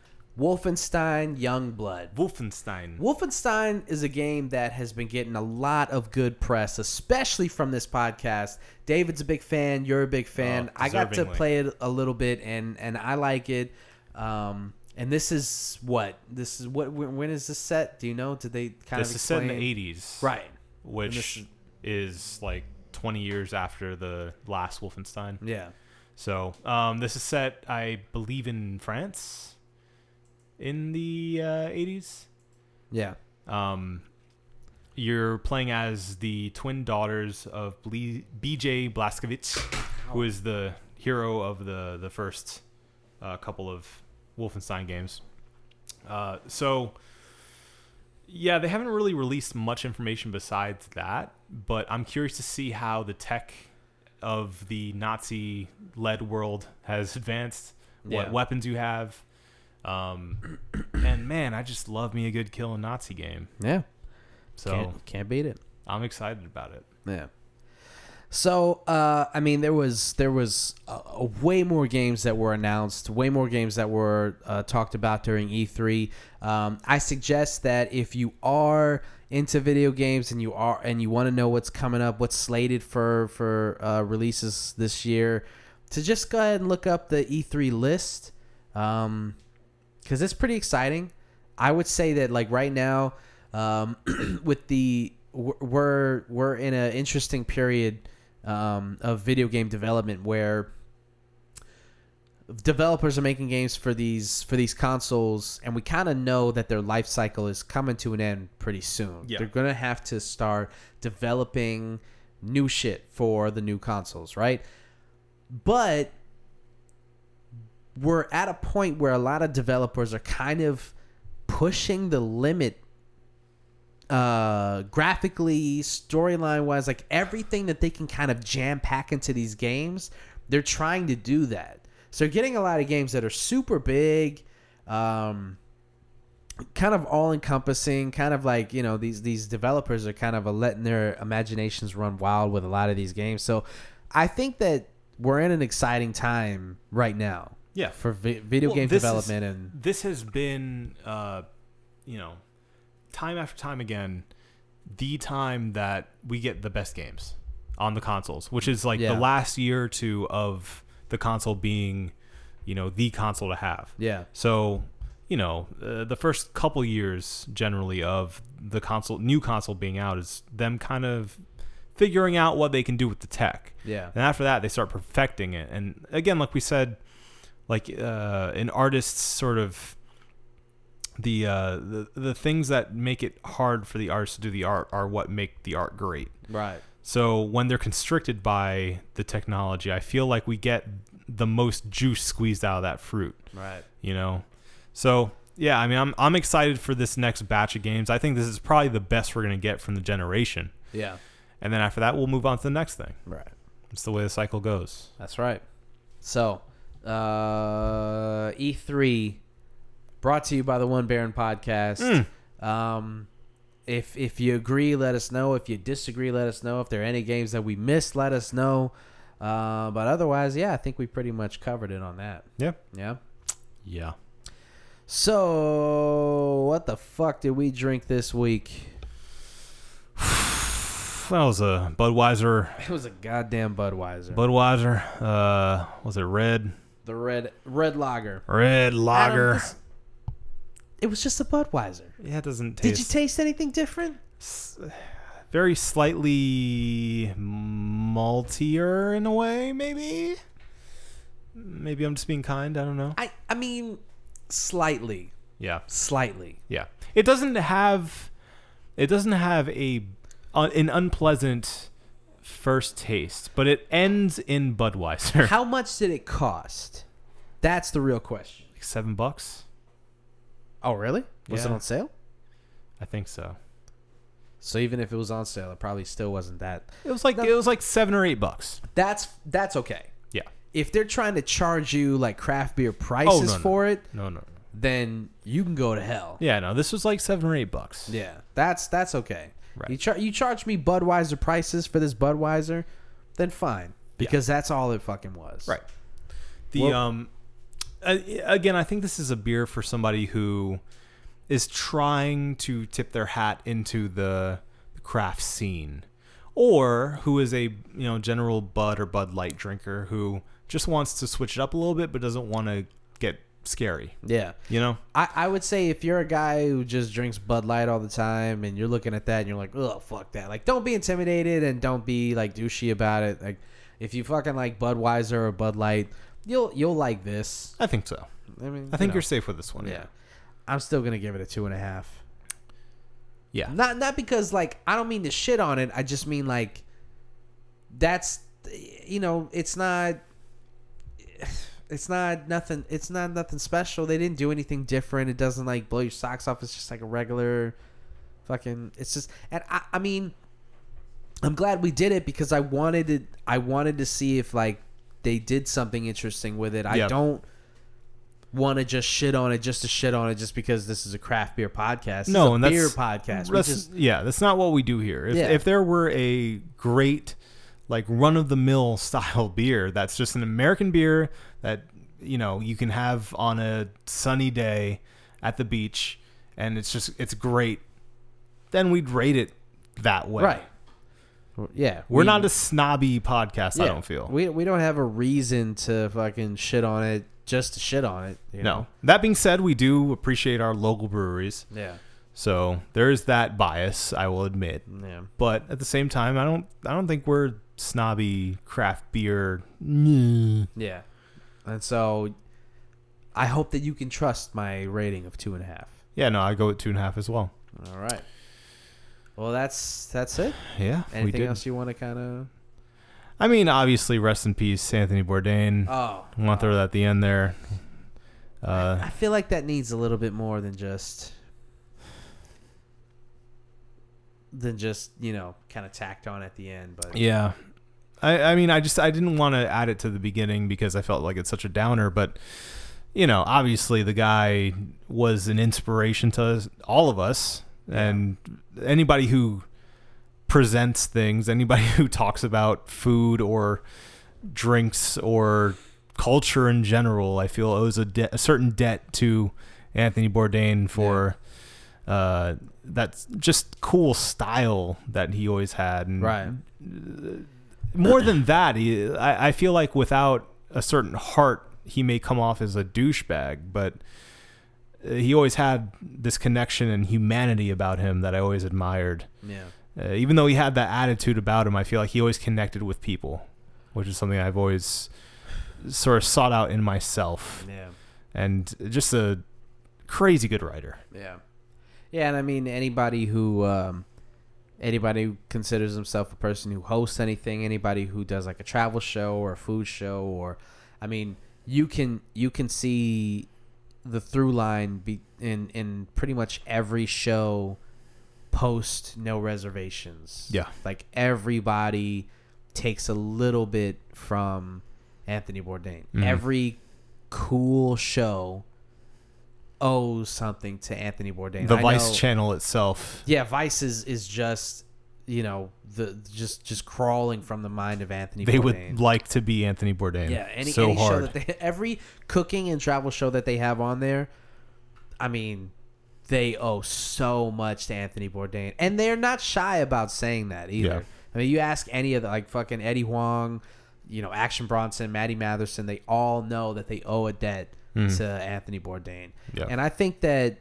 Wolfenstein Youngblood.
Wolfenstein.
Wolfenstein is a game that has been getting a lot of good press, especially from this podcast. David's a big fan. You're a big fan.
Oh,
I got to
deservingly.
play it a little bit, and and I like it. Um, and this is what this is what when when is this set? Do you know? Did they kind
This
of
is set
explain?
in the 80s,
Right.
Which
this is-
is like 20 years after the last Wolfenstein.
Yeah.
So um, this is set, I believe, in France in the uh, 80s.
Yeah.
Um, you're playing as the twin daughters of Ble- BJ Blazkowicz, who is the hero of the the first uh, couple of Wolfenstein games. Uh, so, yeah, they haven't really released much information besides that, but I'm curious to see how the tech of the Nazi led world has advanced,
Yeah.
what weapons you have. Um, and man, I just love me a good kill and Nazi game.
Yeah.
So
Can't, can't beat it.
I'm excited about it.
Yeah. So, uh, I mean, there was there was uh, uh, way more games that were announced, way more games that were uh, talked about during E3. Um, I suggest that if you are into video games and you are and you want to know what's coming up, what's slated for for uh, releases this year, to just go ahead and look up the E3 list. Um, because it's pretty exciting. I would say that like right now, um, with the we're we're in an interesting period um, of video game development where developers are making games for these for these consoles and we kind of know that their life cycle is coming to an end pretty soon
Yeah.
they're gonna have to start developing new shit for the new consoles right but we're at a point where a lot of developers are kind of pushing the limit uh graphically storyline wise like everything that they can kind of jam pack into these games they're trying to do that so you're getting a lot of games that are super big um kind of all encompassing kind of like you know these these developers are kind of a letting their imaginations run wild with a lot of these games so i think that we're in an exciting time right now
Yeah.
for vi- video
Well,
game
this is-
development and
this has been uh, you know time after time again the time that we get the best games on the consoles which is like
Yeah.
the last year or two of the console being you know the console to have
yeah,
so you know uh, the first couple years generally of the console new console being out is them kind of figuring out what they can do with the tech
yeah,
and after that, they start perfecting it. And again, like we said, like uh, an artist's sort of the, uh, the the things that make it hard for the artist to do the art are what make the art great.
right.
So when they're constricted by the technology, I feel like we get the most juice squeezed out of that fruit.
Right.
You know, so yeah, I mean, I'm I'm excited for this next batch of games. I think this is probably the best we're gonna get from the generation.
Yeah.
And then after that, we'll move on to the next thing.
Right.
It's the way the cycle goes.
That's right. So, uh, E3 brought to you by the One Baron podcast. Um, if if you agree, let us know. If you disagree, let us know. If there are any games that we missed, let us know. Uh, but otherwise, yeah, I think we pretty much covered it on that.
Yeah.
Yeah.
Yeah.
So, what the fuck did we drink this week?
That was a Budweiser.
It was a goddamn Budweiser.
Budweiser. Uh, was it red?
the red red lager.
Red lager.
Adam, this- it was just a Budweiser.
yeah, it doesn't taste.
Did you taste anything different?
very slightly maltier in a way, maybe. Maybe I'm just being kind. I don't know.
I I mean, slightly,
Yeah,
slightly.
yeah. It doesn't have. It doesn't have a uh, an unpleasant first taste, but it ends in Budweiser.
How much did it cost? That's the real question.
Like Seven bucks,
Oh, really? Was it
Yeah.
on sale?
I think so.
So even if it was on sale, it probably still wasn't that.
It was like it was like seven or eight bucks.
That's that's okay.
Yeah.
If they're trying to charge you like craft beer prices
no, no.
for it,
No, no.
then you can go to hell.
Yeah, no, this was like seven or eight bucks.
Yeah, that's that's okay.
Right.
You char- you charge me Budweiser prices for this Budweiser, then fine, because that's all it fucking was.
Right. The
Well-
um, a- again, I think this is a beer for somebody who is trying to tip their hat into the craft scene, or who is a you know general Bud or Bud Light drinker who just wants to switch it up a little bit but doesn't want to get scary.
Yeah.
You know?
I, I would say if you're a guy who just drinks Bud Light all the time and you're looking at that and you're like, oh, fuck that. Like, don't be intimidated and don't be like douchey about it. Like, if you fucking like Budweiser or Bud Light, you'll you'll like this.
I think so.
I mean,
I think
you know,
you're safe with this one.
yeah. I'm still gonna give it a two and a half.
Yeah.
Not not because like I don't mean to shit on it. I just mean like that's you know it's not it's not nothing it's not nothing special. They didn't do anything different. It doesn't like blow your socks off. It's just like a regular fucking. It's just and I I mean I'm glad we did it because I wanted to I wanted to see if like they did something interesting with it. I
Yeah.
don't want to just shit on it just to shit on it just because this is a craft beer podcast. This is
no,
a
and that's
beer podcast. We
That's,
just
yeah, that's not what we do here. If,
Yeah.
if there were a great, like run of the mill style beer, that's just an American beer that you know you can have on a sunny day at the beach, and it's just it's great. Then we'd rate it that way.
Right. Well, Yeah,
We're
we-
not a snobby podcast. I
yeah.
don't feel.
we we don't have a reason to fucking shit on it just to shit on it. you
no.
know?
That being said, we do appreciate our local breweries.
Yeah.
So there is that bias, I will admit.
Yeah.
but at the same time, I don't I don't think we're snobby craft beer. Mm.
Yeah. And so, I hope that you can trust my rating of two and a half.
Yeah, no, I go with two and a half as well.
All right. Well, that's that's it.
Yeah, we
Anything
did.
else you want to kind of?
I mean, obviously, rest in peace, Anthony Bourdain.
Oh,
I want to throw that at the end there. Uh,
I feel like that needs a little bit more than just than just you know kind of tacked on at the end. But
yeah, I I mean, I just I didn't want to add it to the beginning because I felt like it's such a downer, but. You know, obviously, the guy was an inspiration to us, all of us, and anybody who presents things, anybody who talks about food or drinks or culture in general, I feel owes a, de- a certain debt to Anthony Bourdain for uh, that just cool style that he always had. And
Right.
Mm-hmm. More than that, he, I, I feel like without a certain heart, he may come off as a douchebag, but uh, he always had this connection and humanity about him that I always admired.
Yeah.
Uh, even though he had that attitude about him, I feel like he always connected with people, which is something I've always sort of sought out in myself.
Yeah.
And just a crazy good writer.
Yeah. Yeah, and I mean anybody who um anybody who considers himself a person who hosts anything, anybody who does like a travel show or a food show or I mean, you can you can see the through line be in in pretty much every show post no reservations.
Yeah.
Like everybody takes a little bit from Anthony Bourdain. Every cool show owes something to Anthony Bourdain.
The
I
Vice
know-
channel itself.
Yeah, Vice is, is just you know the just just crawling from the mind of Anthony.
They
Bourdain.
would like to be Anthony Bourdain.
yeah. Any,
so
any show
hard.
that they every cooking and travel show that they have on there, I mean, they owe so much to Anthony Bourdain, and they're not shy about saying that either.
Yeah.
I mean, you ask any of the like fucking Eddie Huang, you know, Action Bronson, Maddie Matherson, they all know that they owe a debt to Anthony Bourdain.
Hmm. Yeah.
And I think that,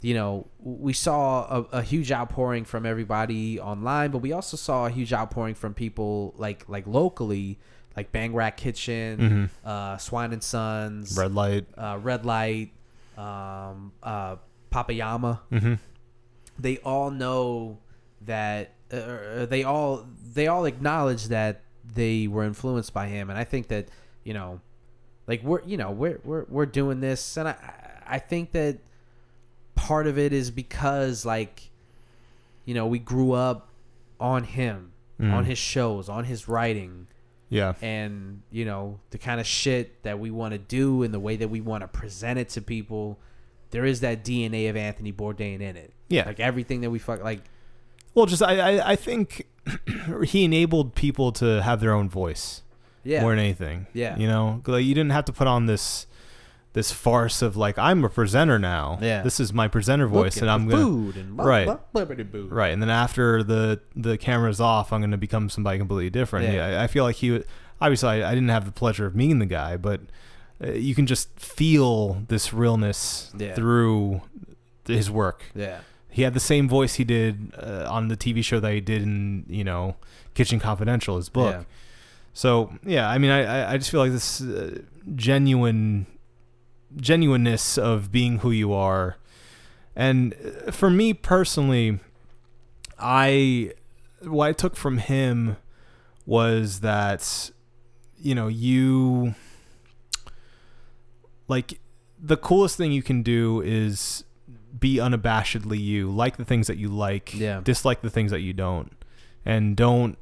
you know, we saw a, a huge outpouring from everybody online, but we also saw a huge outpouring from people like like locally, like Bang Rack Kitchen, uh, Swine and Sons,
Red light.
uh, Red Light, um, uh, Papayama. They all know that uh, uh, they all they all acknowledge that they were influenced by him, and I think that you know, like we're you know we're we're we're doing this, and I I think that part of it is because like you know we grew up on him, on his shows, on his writing
Yeah.
and you know the kind of shit that we want to do and the way that we want to present it to people there is that dna of anthony bourdain in it
Yeah.
like everything that we fuck like
Well, just I, I, I think he enabled people to have their own voice.
yeah
more than anything.
Yeah.
you know, 'Cause, like, you didn't have to put on this this farce of like I'm a presenter now.
Yeah.
this is my presenter voice,
Look
and
at
I'm
the
gonna
food and blah,
Right.
blah, blah, blah, blah, blah.
right. And then after the the camera's off, I'm gonna become somebody completely different.
Yeah.
Yeah, I, I feel like he. wa- Obviously, I, I didn't have the pleasure of meeting the guy, but uh, you can just feel this realness
Yeah.
through his work.
yeah
He had the same voice he did uh, on the TV show that he did in, you know, Kitchen Confidential, his book.
Yeah.
So yeah, I mean, I, I- I just feel like this uh, genuine genuineness of being who you are, and uh, for me personally, I what I took from him was that you know you like the coolest thing you can do is be unabashedly you like the things that you like
Yeah.
dislike the things that you don't and don't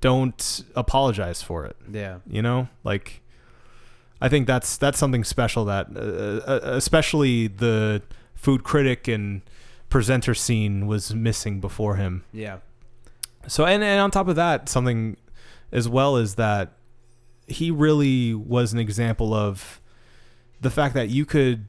don't apologize for it
yeah
you know like i think that's that's something special that uh, uh, especially the food critic and presenter scene was missing before him
yeah
so and, and on top of that something as well is that he really was an example of the fact that you could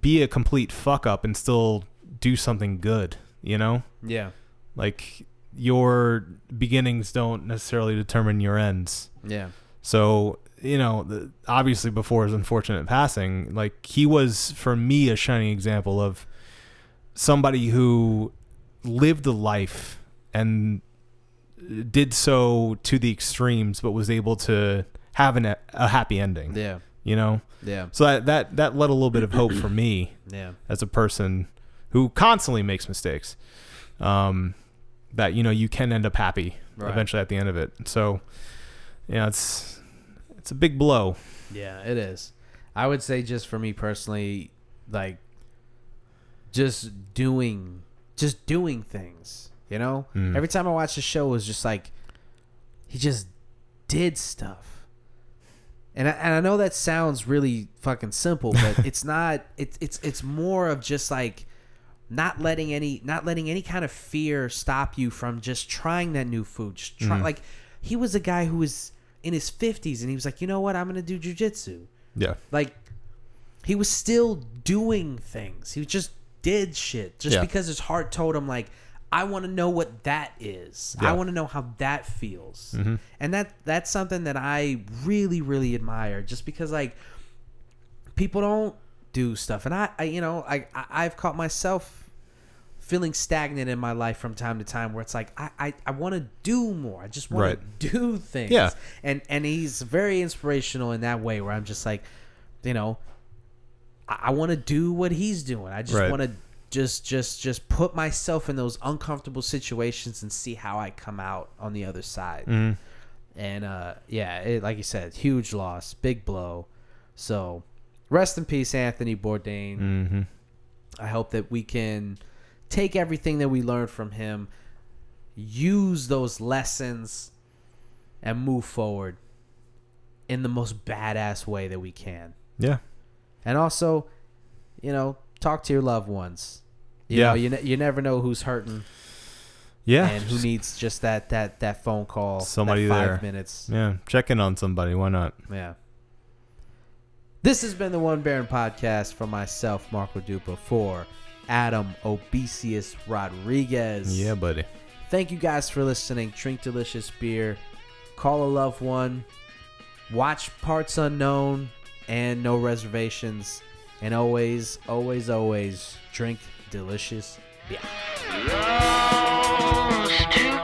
be a complete fuck up and still do something good you know
yeah
like your beginnings don't necessarily determine your ends
yeah
so, you know, the, obviously before his unfortunate passing, like he was for me a shining example of somebody who lived a life and did so to the extremes but was able to have an, a happy ending.
yeah
You know?
yeah
So that that that led a little bit of hope for me
yeah
as a person who constantly makes mistakes um, that you know you can end up happy
Right.
eventually at the end of it so yeah it's it's a big blow
Yeah, it is. I would say just for me personally, like just doing just doing things, you know? Every time I watched the show it was just like he just did stuff. And I, and I know that sounds really fucking simple, but it's not it's it's it's more of just like not letting any not letting any kind of fear stop you from just trying that new food. Just try like he was a guy who was in his 50s and he was like, you know what? I'm going to do jujitsu.
Yeah.
Like, he was still doing things. He just did shit just
Yeah.
because his heart told him, like, I want to know what that is. I
Yeah. Mm-hmm.
want to know how that feels. And that that's something that I really, really admire just because, like, people don't do stuff and i, I you know I, I i've caught myself feeling stagnant in my life from time to time where it's like i i, I want to do more i just want
Right.
to do things
Yeah.
and and he's very inspirational in that way where i'm just like you know i, I want to do what he's doing i just
Right.
want to just just just put myself in those uncomfortable situations and see how i come out on the other side and uh, yeah, it, like you said, huge loss, big blow. So rest in peace, Anthony Bourdain. I hope that we can take everything that we learned from him, use those lessons, and move forward in the most badass way that we can.
Yeah.
And also, you know, talk to your loved ones. You
Yeah.
know, you, ne- you never know who's hurting
Yeah.
and who needs just that that that phone call, that
Somebody
five
there.
minutes.
yeah. Check in on somebody. Why not?
Yeah. This has been the One Baron podcast for myself, Marco Dupa, for Adam Obesius Rodriguez.
Yeah, buddy.
Thank you guys for listening. Drink delicious beer, call a loved one, watch Parts Unknown and No Reservations, and always, always, always drink delicious beer.
Lost to